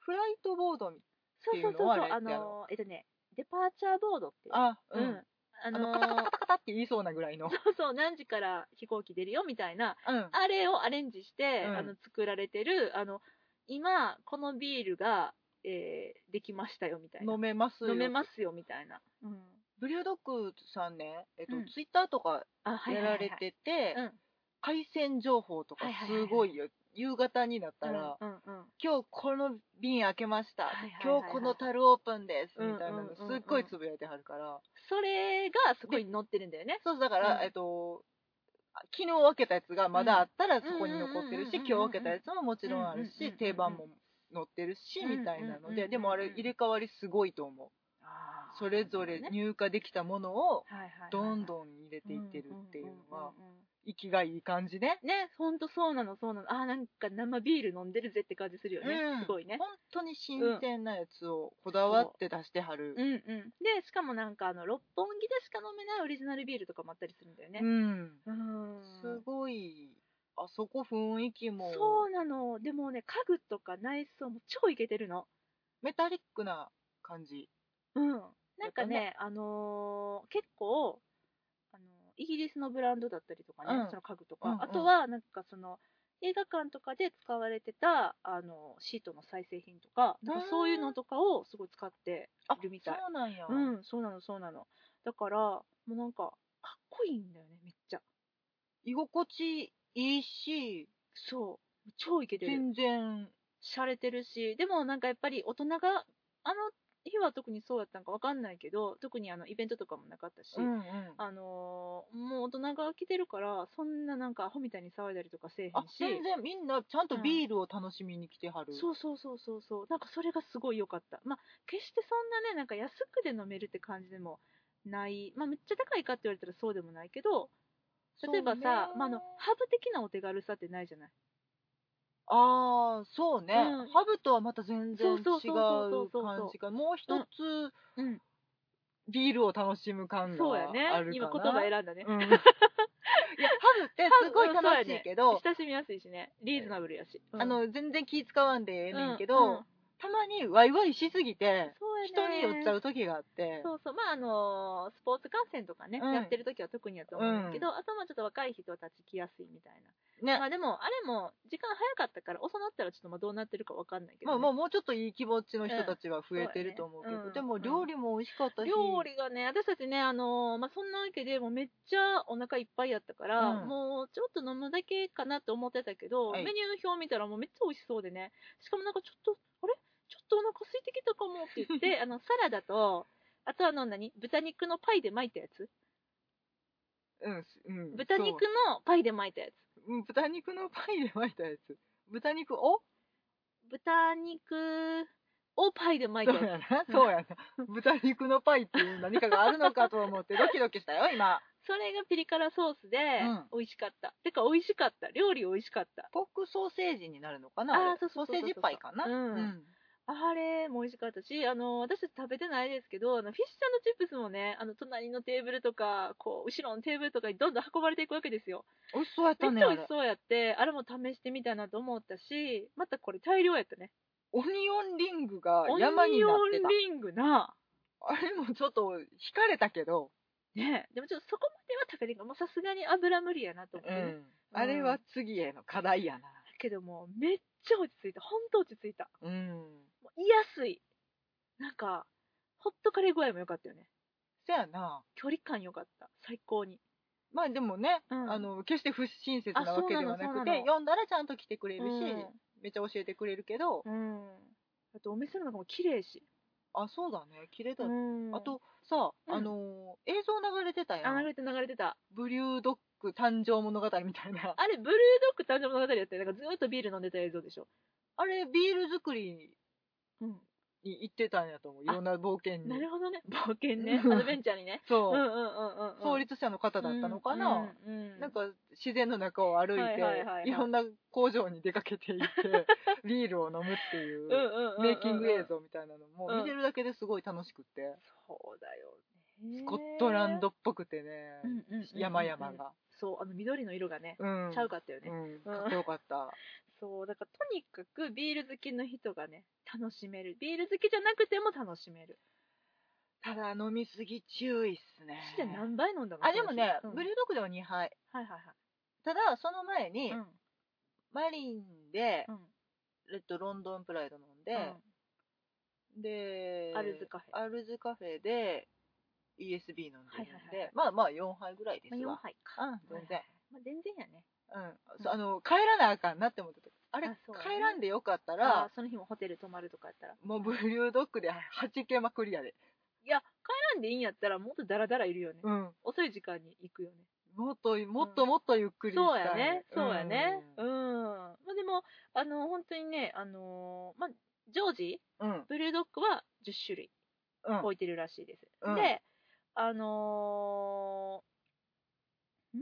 S2: フライトボードみ
S1: そうそうそう
S2: っていうの
S1: そう
S2: はあ
S1: あ
S2: れや
S1: のえっとねデパーチャーボードっていう
S2: あ
S1: う
S2: うんん、
S1: あ
S2: あ
S1: の
S2: のカタカタカタカタって言いそうなぐ らいの
S1: そうそう何時から飛行機出るよみたいな
S2: うん
S1: あれをアレンジして、
S2: うん
S1: あの作られてるあの今このビールが、えーできましたよみたいな
S2: 飲めますよ
S1: 飲めますよみたいな、うん、
S2: ブリュードッグさんね、えっと
S1: うん
S2: ツイッターとか
S1: あはい
S2: や
S1: はい
S2: ら
S1: はい
S2: れ
S1: はい
S2: てて
S1: うん
S2: 海鮮情報とか
S1: はいはいはいは
S2: す
S1: い
S2: ごいよ、夕方になったら、
S1: うんうんうん
S2: 今日この瓶開けました、
S1: はいはいはいはい
S2: 今日この樽オープンです、
S1: うん
S2: みたいな
S1: う
S2: の
S1: んうんうん
S2: すっごいつぶやいてはるから、
S1: それがそこに載ってるんだよね
S2: そうだから、
S1: うん
S2: えっと昨日開けたやつがまだあったら
S1: ん
S2: そこに残ってる
S1: うんうんうんうん
S2: し、今日開けたやつももちろんあるし、
S1: うんうんうんうん
S2: 定番も載ってるし、
S1: うん
S2: みたいな
S1: うん
S2: ので、
S1: うんうん
S2: でもあれ入れ替わりすごいと思うそれぞれ
S1: ね
S2: 入荷できたものを
S1: はいはいはいはい
S2: どんどん入れていってるっていうの
S1: ん
S2: は
S1: うんうんうん
S2: 息がいい感じね
S1: ねほんとそうなのそうなのあーなんか生ビール飲んでるぜって感じするよね、
S2: うん
S1: すごいね
S2: 本当に新鮮なやつをこだわって出してはる
S1: うんうんでしかもなんかあの六本木でしか飲めないオリジナルビールとかもあったりするんだよね
S2: うん
S1: うん
S2: すあそこ雰囲気も
S1: そうなのでもね家具とか内装も超イケてるの
S2: メタリックな感じ
S1: うんなんかね
S2: や
S1: あのー結構、あのーイギリスのブランドだったりとかね、
S2: うん
S1: その家具とか、
S2: うんうん
S1: あとはなんかその映画館とかで使われてた、あのーシートの再生品とかなんかそういうのとかをすごい使って
S2: あ
S1: いるみたい
S2: そうなんや、
S1: うんそうなのそうなのだからもうなんかかっこいいんだよねめっちゃ
S2: 居心地いいし
S1: そう超イケてる
S2: 全然
S1: 洒落てるしでもなんかやっぱり大人があの日は特にそうだったのかわかんないけど特にあのイベントとかもなかったし、
S2: んうん
S1: あのーもう大人が来てるからそんななんかアホみたいに騒いだりとかせえへん
S2: あ
S1: し
S2: 全然みんなちゃんとビールを楽しみに来てはる、
S1: そうそうそうそうそうなんかそれがすごい良かったまあ決してそんなねなんか安くで飲めるって感じでもないまあめっちゃ高いかって言われたらそうでもないけど例えばさ、
S2: そうね
S1: まあ、あのハブ的なお手軽さってないじゃない
S2: ああそうね、
S1: うん
S2: ハブとはまた全然違う
S1: そうそうそうそうそう
S2: 感じがもう一つ、
S1: うん
S2: ビールを楽しむ感が
S1: そう
S2: あ
S1: や
S2: るか
S1: ね
S2: な
S1: 今言葉選んだね、
S2: うんいやハブってすごい楽しいけど、
S1: 親しみやすいしねリーズナブルやし、
S2: あの全然気使わんでええ
S1: うん
S2: ねんけど、
S1: うん
S2: たまにワイワイしすぎて
S1: そうやね
S2: 人に寄っちゃう時があって
S1: そうそう、まああのスポーツ観戦とかね、
S2: うん
S1: やってる時は特にやと思うんですけど、あとはちょっと若い人は立ち来やすいみたい
S2: ね
S1: な、まあでも、あれも時間早かったから、遅なったらちょっとまあどうなってるかわかんないけ
S2: まあ
S1: どね、
S2: まあもうちょっといい気持ちの人たちは増えてると思うけど、
S1: うんそうやね
S2: でも料理も美味しかったし、
S1: 料理がね、私たちね、あのまあ、そんなわけでもうめっちゃお腹いっぱいやったから、
S2: うん
S1: もうちょっと飲むだけかなと思ってたけど、
S2: はい
S1: メニュー表見たらもうめっちゃ美味しそうでね、しかもなんかちょっと、あれちょっとお腹空いてきたかもって言 って、あのサラダと、あとはあの何豚肉のパイで巻いたやつ
S2: うんうん、
S1: 豚肉のパイで巻いたやつ。
S2: そううん豚肉のパイで巻いたやつ豚肉を
S1: 豚肉をパイで巻いて
S2: そう
S1: る
S2: やな、そうやな。豚肉のパイっていう何かがあるのかと思ってドキドキしたよ、今。
S1: それがピリ辛ソースで
S2: うん
S1: 美味しかった、てか美味しかった料理美味しかった
S2: ポークソーセージになるのかなあれ
S1: あーそうそうそうそう
S2: ソーセージパイかな
S1: うんあれも美味しかったしあの私たち食べてないですけどあのフィッシュチップスもねあの隣のテーブルとかこう後ろのテーブルとかにどんどん運ばれていくわけですよ
S2: 美味しそうやっ
S1: め
S2: た
S1: っ
S2: ね、
S1: ちゃ
S2: あ
S1: 美味
S2: れ
S1: し。そうやってあれも試してみたいなと思ったしまたこれ大量やったね
S2: オニオンリングが
S1: オニオン
S2: 山になってた。
S1: リングな
S2: あれもちょっと惹かれたけど、
S1: ねでもちょっとそこまでは食べれんかもうさすがに油無理やなと思ってね、
S2: あれは次への課題やな。
S1: けどもうめっちゃ落ち着いた本当落ち着いた
S2: うん。
S1: もう居やすいなんかホットカレー具合も良かったよね
S2: そやな。
S1: 距離感良かった最高に
S2: まあでもね、
S1: うん
S2: あの、決して不親切なわけではな
S1: あそうなのそう
S2: く
S1: な
S2: て、
S1: の
S2: 読んだらちゃんと来てくれるし、
S1: う
S2: めっちゃ教えてくれるけど、
S1: ん、うんあとお店の中も綺麗し、
S2: あ、そうだね、綺麗だ
S1: うん
S2: あとさ、
S1: うん
S2: あのー映像流れてたや
S1: あ流
S2: ん。
S1: れて流れてた
S2: ブリュードッグ誕生物語みたい な。
S1: あれブルードッグ誕生物語やったよなんかずーっとビール飲んでた映像でしょ
S2: あれ、ビール作り
S1: うん
S2: に行ってたんやと思う。い
S1: あ
S2: ろんな冒険に
S1: な。るほどね冒険ね
S2: うん
S1: アドベンチャーにねう
S2: そ
S1: ん
S2: う、
S1: うんうんうんうん
S2: 創立者の方だったのかな。
S1: うんうんうん
S2: なんか自然の中を歩いて、
S1: はい
S2: い
S1: はいはいはい
S2: ろんな工場に出かけていって、 ビールを飲むっていう、
S1: うんうんうんうんうん
S2: メイキング映像みたいなのも、
S1: うん
S2: 見てるだけですごい楽しくって、
S1: そうだよね
S2: スコットランドっぽくてね、
S1: うんうんうんうん
S2: 山々が。
S1: そうあの緑の色がね、
S2: うん。
S1: ちゃうかったよね、
S2: うん、かっこよかった。
S1: そうだからとにかくビール好きの人がね楽しめるビール好きじゃなくても楽しめる
S2: ただ飲みすぎ注意っすね
S1: して何杯飲んだの
S2: あでもね、
S1: うん
S2: ブリュードッグでは2杯
S1: はいは
S2: ただその前に、
S1: いはい、
S2: マリンで
S1: うんうん
S2: レッドロンドンプライド飲んで、で
S1: アルズカフェ
S2: アルズカフェで ESB 飲んでるんで、
S1: はいはいはい
S2: まあまあ4杯ぐらいです
S1: まあ、
S2: わ
S1: 4、杯か、
S2: うん全然、
S1: まあ、全然やね
S2: うんそうあの帰らなあかんなって思ってたあれ
S1: あそうね
S2: 帰らんでよかった
S1: あ
S2: ら
S1: ーその日もホテル泊まるとかやったら
S2: もうブリュードッグで弾けまくりやで
S1: いや帰らんでいいんやったらもっとダラダラいるよね、
S2: うん
S1: 遅い時間に行くよね
S2: もっともっともっとゆっくりしたい、
S1: そうやね、そうやね。うんん。まあ、でも、あの、本当にね、あのーまあ、常時、
S2: うん
S1: ブルードッグは10種類
S2: うん
S1: 置いてるらしいです。
S2: うん
S1: で、あのーん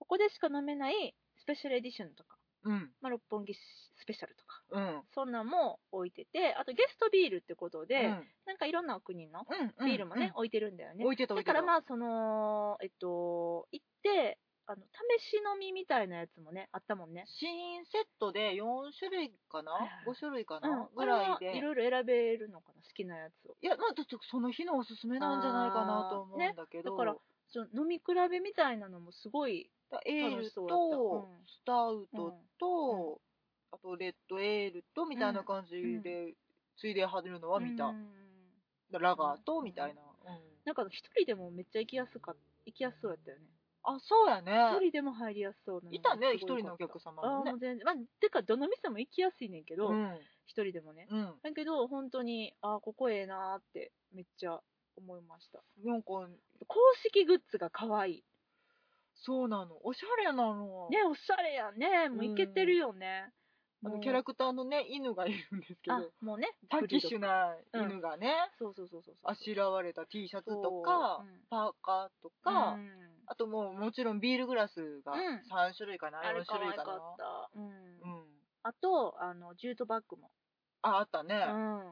S1: ここでしか飲めないスペシャルエディションとか、
S2: うん
S1: まあ、六本木スペシャルとか、
S2: うん
S1: そんなんも置いてて、あとゲストビールってことで、
S2: うん
S1: なんかいろんな国の
S2: うん
S1: ビールもね、置いてるんだよね。
S2: 置いてた
S1: だ
S2: 置いてた
S1: からまあ、その、えっと、行って、あの、試試飲みみたいなやつもねあったもんね
S2: 新セットで4種類かな
S1: はい
S2: 5種類か
S1: う
S2: なんぐらい
S1: あれはい
S2: で
S1: ろいろ選べるのかな好きなやつを
S2: いやまあだってその日のおすすめなんじゃないかなと思うんだけど、
S1: あーねだからその飲み比べみたいなのもすごい
S2: だエール
S1: 楽しそうだっ
S2: と
S1: たうん
S2: スタウトと、あとレッドエールとみたいな感じで、ついではるのは見た、
S1: うん
S2: だラガーとみたいな、
S1: なんか一人でもめっちゃ行きやすか行きやすそうだったよね
S2: あそうや
S1: 一
S2: ね
S1: 人でも入りやすそうなのが
S2: いたね
S1: す
S2: 一
S1: ごい良か
S2: 人のお
S1: った
S2: 客様
S1: あ
S2: も
S1: あ
S2: ね
S1: もう全然まあてかどの店も行きやすいねんけど
S2: うん
S1: 一人でもね
S2: うん
S1: だけど本当にああここええなーってめっちゃ思いました
S2: なんか
S1: 公式グッズが可愛い
S2: そうなのおしゃれなの
S1: ねおしゃれやんねもういけてるよね、
S2: あ
S1: もう
S2: のキャラクターのね犬がいるんですけど
S1: あもうね
S2: パンキッシュな犬がね、
S1: そうそうそうそう
S2: あしらわれた T シャツ
S1: そう
S2: とか、
S1: うん
S2: パーカーとか、
S1: うん
S2: あともうもちろんビールグラスが
S1: うん
S2: 3種類かな、
S1: あれ
S2: 4
S1: 可
S2: 種
S1: 愛
S2: 類
S1: か
S2: か
S1: っ
S2: な
S1: た、うん
S2: うん
S1: あとあのジュートバッグも
S2: ああったね、
S1: うん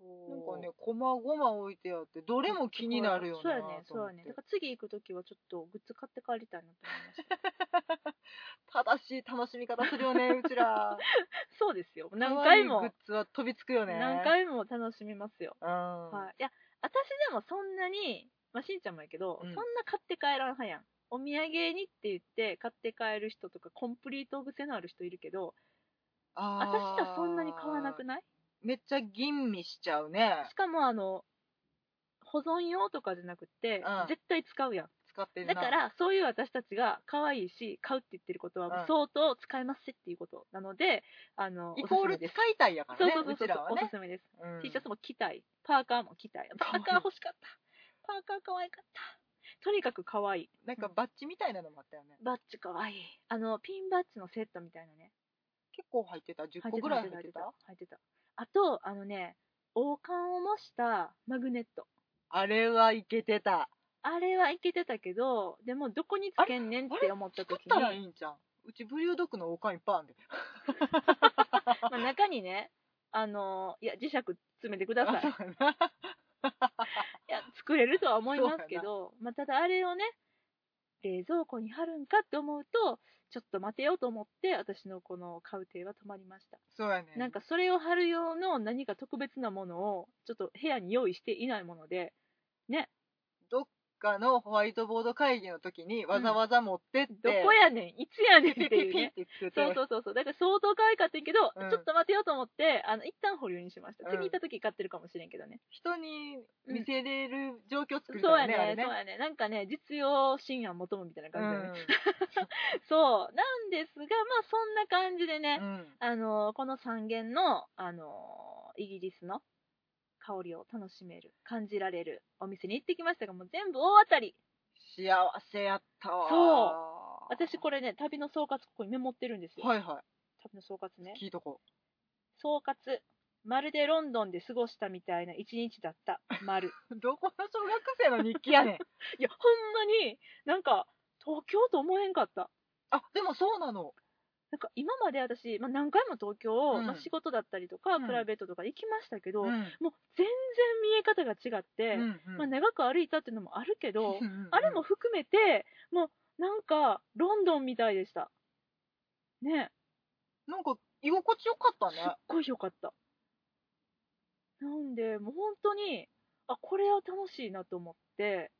S1: そう
S2: なんかねこまごま置いてあってどれも気になるよな
S1: そうやね
S2: と
S1: そう
S2: 思
S1: や
S2: って
S1: ねだから次行く時はちょっとグッズ買って帰りたいなと思いました
S2: 正しい楽しみ方するよね うちら
S1: そうですよ何回
S2: 可愛
S1: も
S2: いグッズは飛びつくよね
S1: 何回も楽しみますよ、
S2: うん、
S1: はい、いや私でもそんなに、まあ、しんちゃんもやけど、
S2: うん
S1: そんな買って帰らん派やんお土産にって言って買って帰る人とかコンプリート癖のある人いるけど
S2: あ
S1: 私はそんなに買わなく
S2: い
S1: ない
S2: めっちゃ吟味しちゃうね
S1: しかもあの保存用とかじゃなくて、
S2: うん
S1: 絶対使うやん
S2: 使ってるな
S1: だからそういう私たちが可愛いし買うって言ってることはもう
S2: うん
S1: 相当使えますっていうことなので、あの
S2: イコー
S1: お
S2: ル
S1: すすめで
S2: 使
S1: す
S2: いたいやからね
S1: そうそうそう
S2: ちら
S1: そう
S2: は
S1: おす
S2: ね、
S1: すめです、
S2: うん
S1: T シャツも着たいパーカーも着たいパーカー欲しかったパーカー可愛かったとにかく可愛い
S2: なんかバッジみたいなのもあったよね
S1: バッジ可愛いあのピンバッジのセットみたいなね
S2: 結構入ってた10個ぐらい入ってた
S1: 入ってたあとあのね王冠を模したマグネット
S2: あれはいけてた
S1: あれはいけてたけどでもどこにつけんねんって思った
S2: 作っ
S1: 時に
S2: たらいいんじゃんうちブリュードッグの王冠いっぱいあんで
S1: まあ、中にね、あのいや磁石詰めてください。いや作れるとは思いますけど、まあ、ただあれをね、冷蔵庫に貼るんかって思うと、ちょっと待てよと思って、私のこの買う手は止まりました。
S2: そうやね
S1: なんかそれを貼る用の何か特別なものを、ちょっと部屋に用意していないもので、
S2: どっかのホワイトボード会議の時にわざわざ持ってって、
S1: どこやねん、いつやねんっ
S2: ピ
S1: て
S2: ピピ
S1: いう
S2: ピっ
S1: ね。
S2: てつけ て
S1: そうそうそうそうだから相当可愛かったけど、
S2: うん
S1: ちょっと待てよと思ってあの一旦保留にしました
S2: うん
S1: 次行った時買ってるかもしれんけどね、
S2: 人に見せれる状況作りた
S1: そう
S2: よ
S1: や
S2: ね、
S1: ね
S2: あれね
S1: そうやねなんかね実用深夜求むみたいな感じだよね、
S2: う
S1: そうなんですがまあそんな感じでね、
S2: ん、うん、
S1: あのこの三元のあのイギリスの香りを楽しめる感じられるお店に行ってきましたがもう全部大当たり
S2: 幸せやったわ
S1: そう私これね旅の総括ここにメモってるんですよ、
S2: はいは
S1: 旅の総括ね
S2: い聞いとこ
S1: 総括まるでロンドンで過ごしたみたいな一日だった丸
S2: うどこの小学生の日記やねん
S1: いやほんまになんか東京と思えんかった
S2: あでもそうなの
S1: なんか今まで私、まあ、何回も東京を、
S2: うん
S1: まあ、仕事だったりとか、
S2: うん
S1: プライベートとかで行きましたけど、
S2: う
S1: もうん全然見え方が違って、
S2: うんうん
S1: まあ、長く歩いたっていうのもあるけど、
S2: うんうんうん
S1: あれも含めてもうなんかロンドンみたいでしたね
S2: なんか居心地よかった
S1: す
S2: ね
S1: っごい良かったなんでもう本当にあこれは楽しいなと思って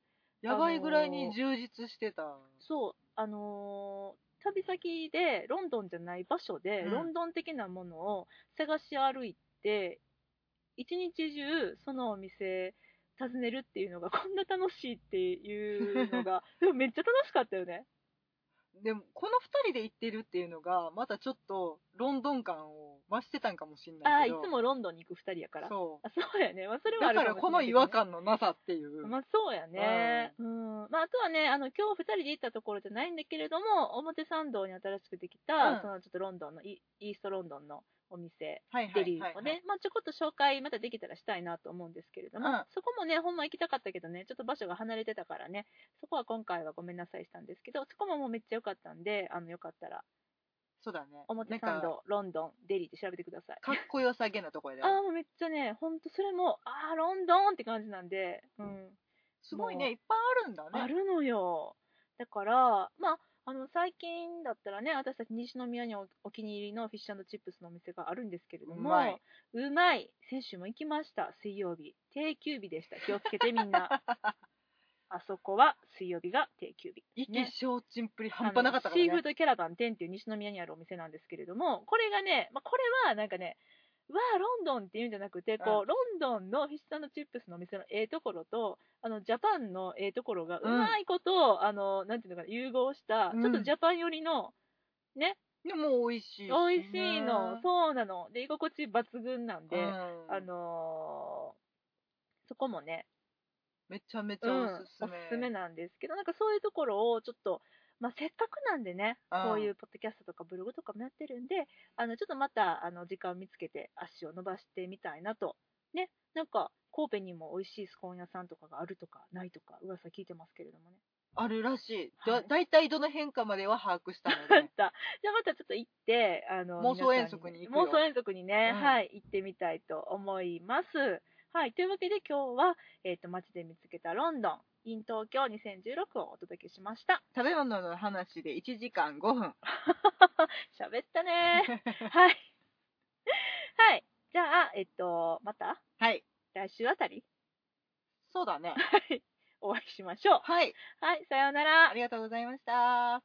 S2: やばいぐらいに充実してた、
S1: そうあのー旅先でロンドンじゃない場所で、
S2: うん
S1: ロンドン的なものを探し歩いて一日中そのお店訪ねるっていうのがこんな楽しいっていうの がでもめっちゃ楽しかったよね
S2: でもこの2人で行ってるっていうのがまたちょっとロンドン感を増してたんかもしん
S1: あ
S2: な
S1: あ
S2: い
S1: い
S2: けど
S1: つもロンドンに行く2人やからそ
S2: そう
S1: あそうやね、まあ、それはあ
S2: だ
S1: るか
S2: か
S1: もしれ
S2: ら
S1: ないけどね、
S2: この違和感のなさっていう、
S1: まあそうやね、うんまあ、あとはねあの今日2人で行ったところじゃないんだけれども表参道に新しくできた、
S2: うん
S1: そのちょっとロンドンのイイーストロンドンのお店
S2: はいはい
S1: デリーをね、まあ、ちょこっと紹介またできたらしたいなと思うんですけれども、
S2: うん
S1: そこもねほんま行きたかったけどねちょっと場所が離れてたからねそこは今回はごめんなさいしたんですけどそこももうめっちゃ良かったんであのよかったら
S2: そうだね
S1: 表
S2: なん
S1: 参
S2: か
S1: 道ロンドンデリーって調べてください
S2: かっこよさげなとこやで
S1: ああもうめっちゃねほんとそれもああロンドンって感じなんで、うん
S2: すごいね
S1: もう
S2: いっぱいあるんだね
S1: あるのよだから、まあ、あの最近だったらね、私たち西宮におお気に入りのフィッシュチップスのお店があるんですけれども、
S2: うまいう
S1: まい先週も行きました、水曜日、定休日でした、気をつけてみん な、あそこは水曜日が定休日、
S2: 意
S1: ね
S2: 気消沈っぷり半端なかった
S1: あの
S2: から
S1: シーフ
S2: ね
S1: ー。ドキャラバン店っていう西宮にあるお店なんですけれどもこれがね、まあ、これはなんかねうわあロンドンっていうんじゃなくてこう、ロンドンのフィッシュチップスのお店のええところとあのジャパンのええところがう
S2: うん
S1: まいこと、あのなんていうのかな融合した、
S2: うん
S1: ちょっとジャパン寄りの
S2: でも美味しいしね。
S1: 美味しいの、そうなので居心地抜群なんで、
S2: うん
S1: あのーそこもね
S2: めちゃめちゃおすす
S1: うん、
S2: め。
S1: おすすめなんですけどなんかそういうところをちょっと、まあ、せっかくなんでね
S2: うん
S1: こういうポッドキャストとかブログとかもやってるんであのちょっとまたあの時間を見つけて足を伸ばしてみたいなとねなんか神戸にも美味しいスコーン屋さんとかがあるとかないとか噂聞いてますけれどもね
S2: あるらしい。
S1: は
S2: だ
S1: い。
S2: 大体どの変化までは把握したので
S1: じゃあまたちょっと行ってあの
S2: 妄想
S1: 皆
S2: 遠
S1: さん
S2: 足に行くよ
S1: 妄想遠足にね、
S2: うん
S1: はい行ってみたいと思いますはいというわけで今日は、えー、と街で見つけたロンドン in 東京2016をお届けしました
S2: 食べ物の話で1時間5分。
S1: 喋ったねはい。はい。じゃあ、えっと、また
S2: はい。
S1: 来週あたり
S2: そうだね。
S1: お会いしましょう。
S2: はい。
S1: はい、さようなら
S2: あ。りがとうございました。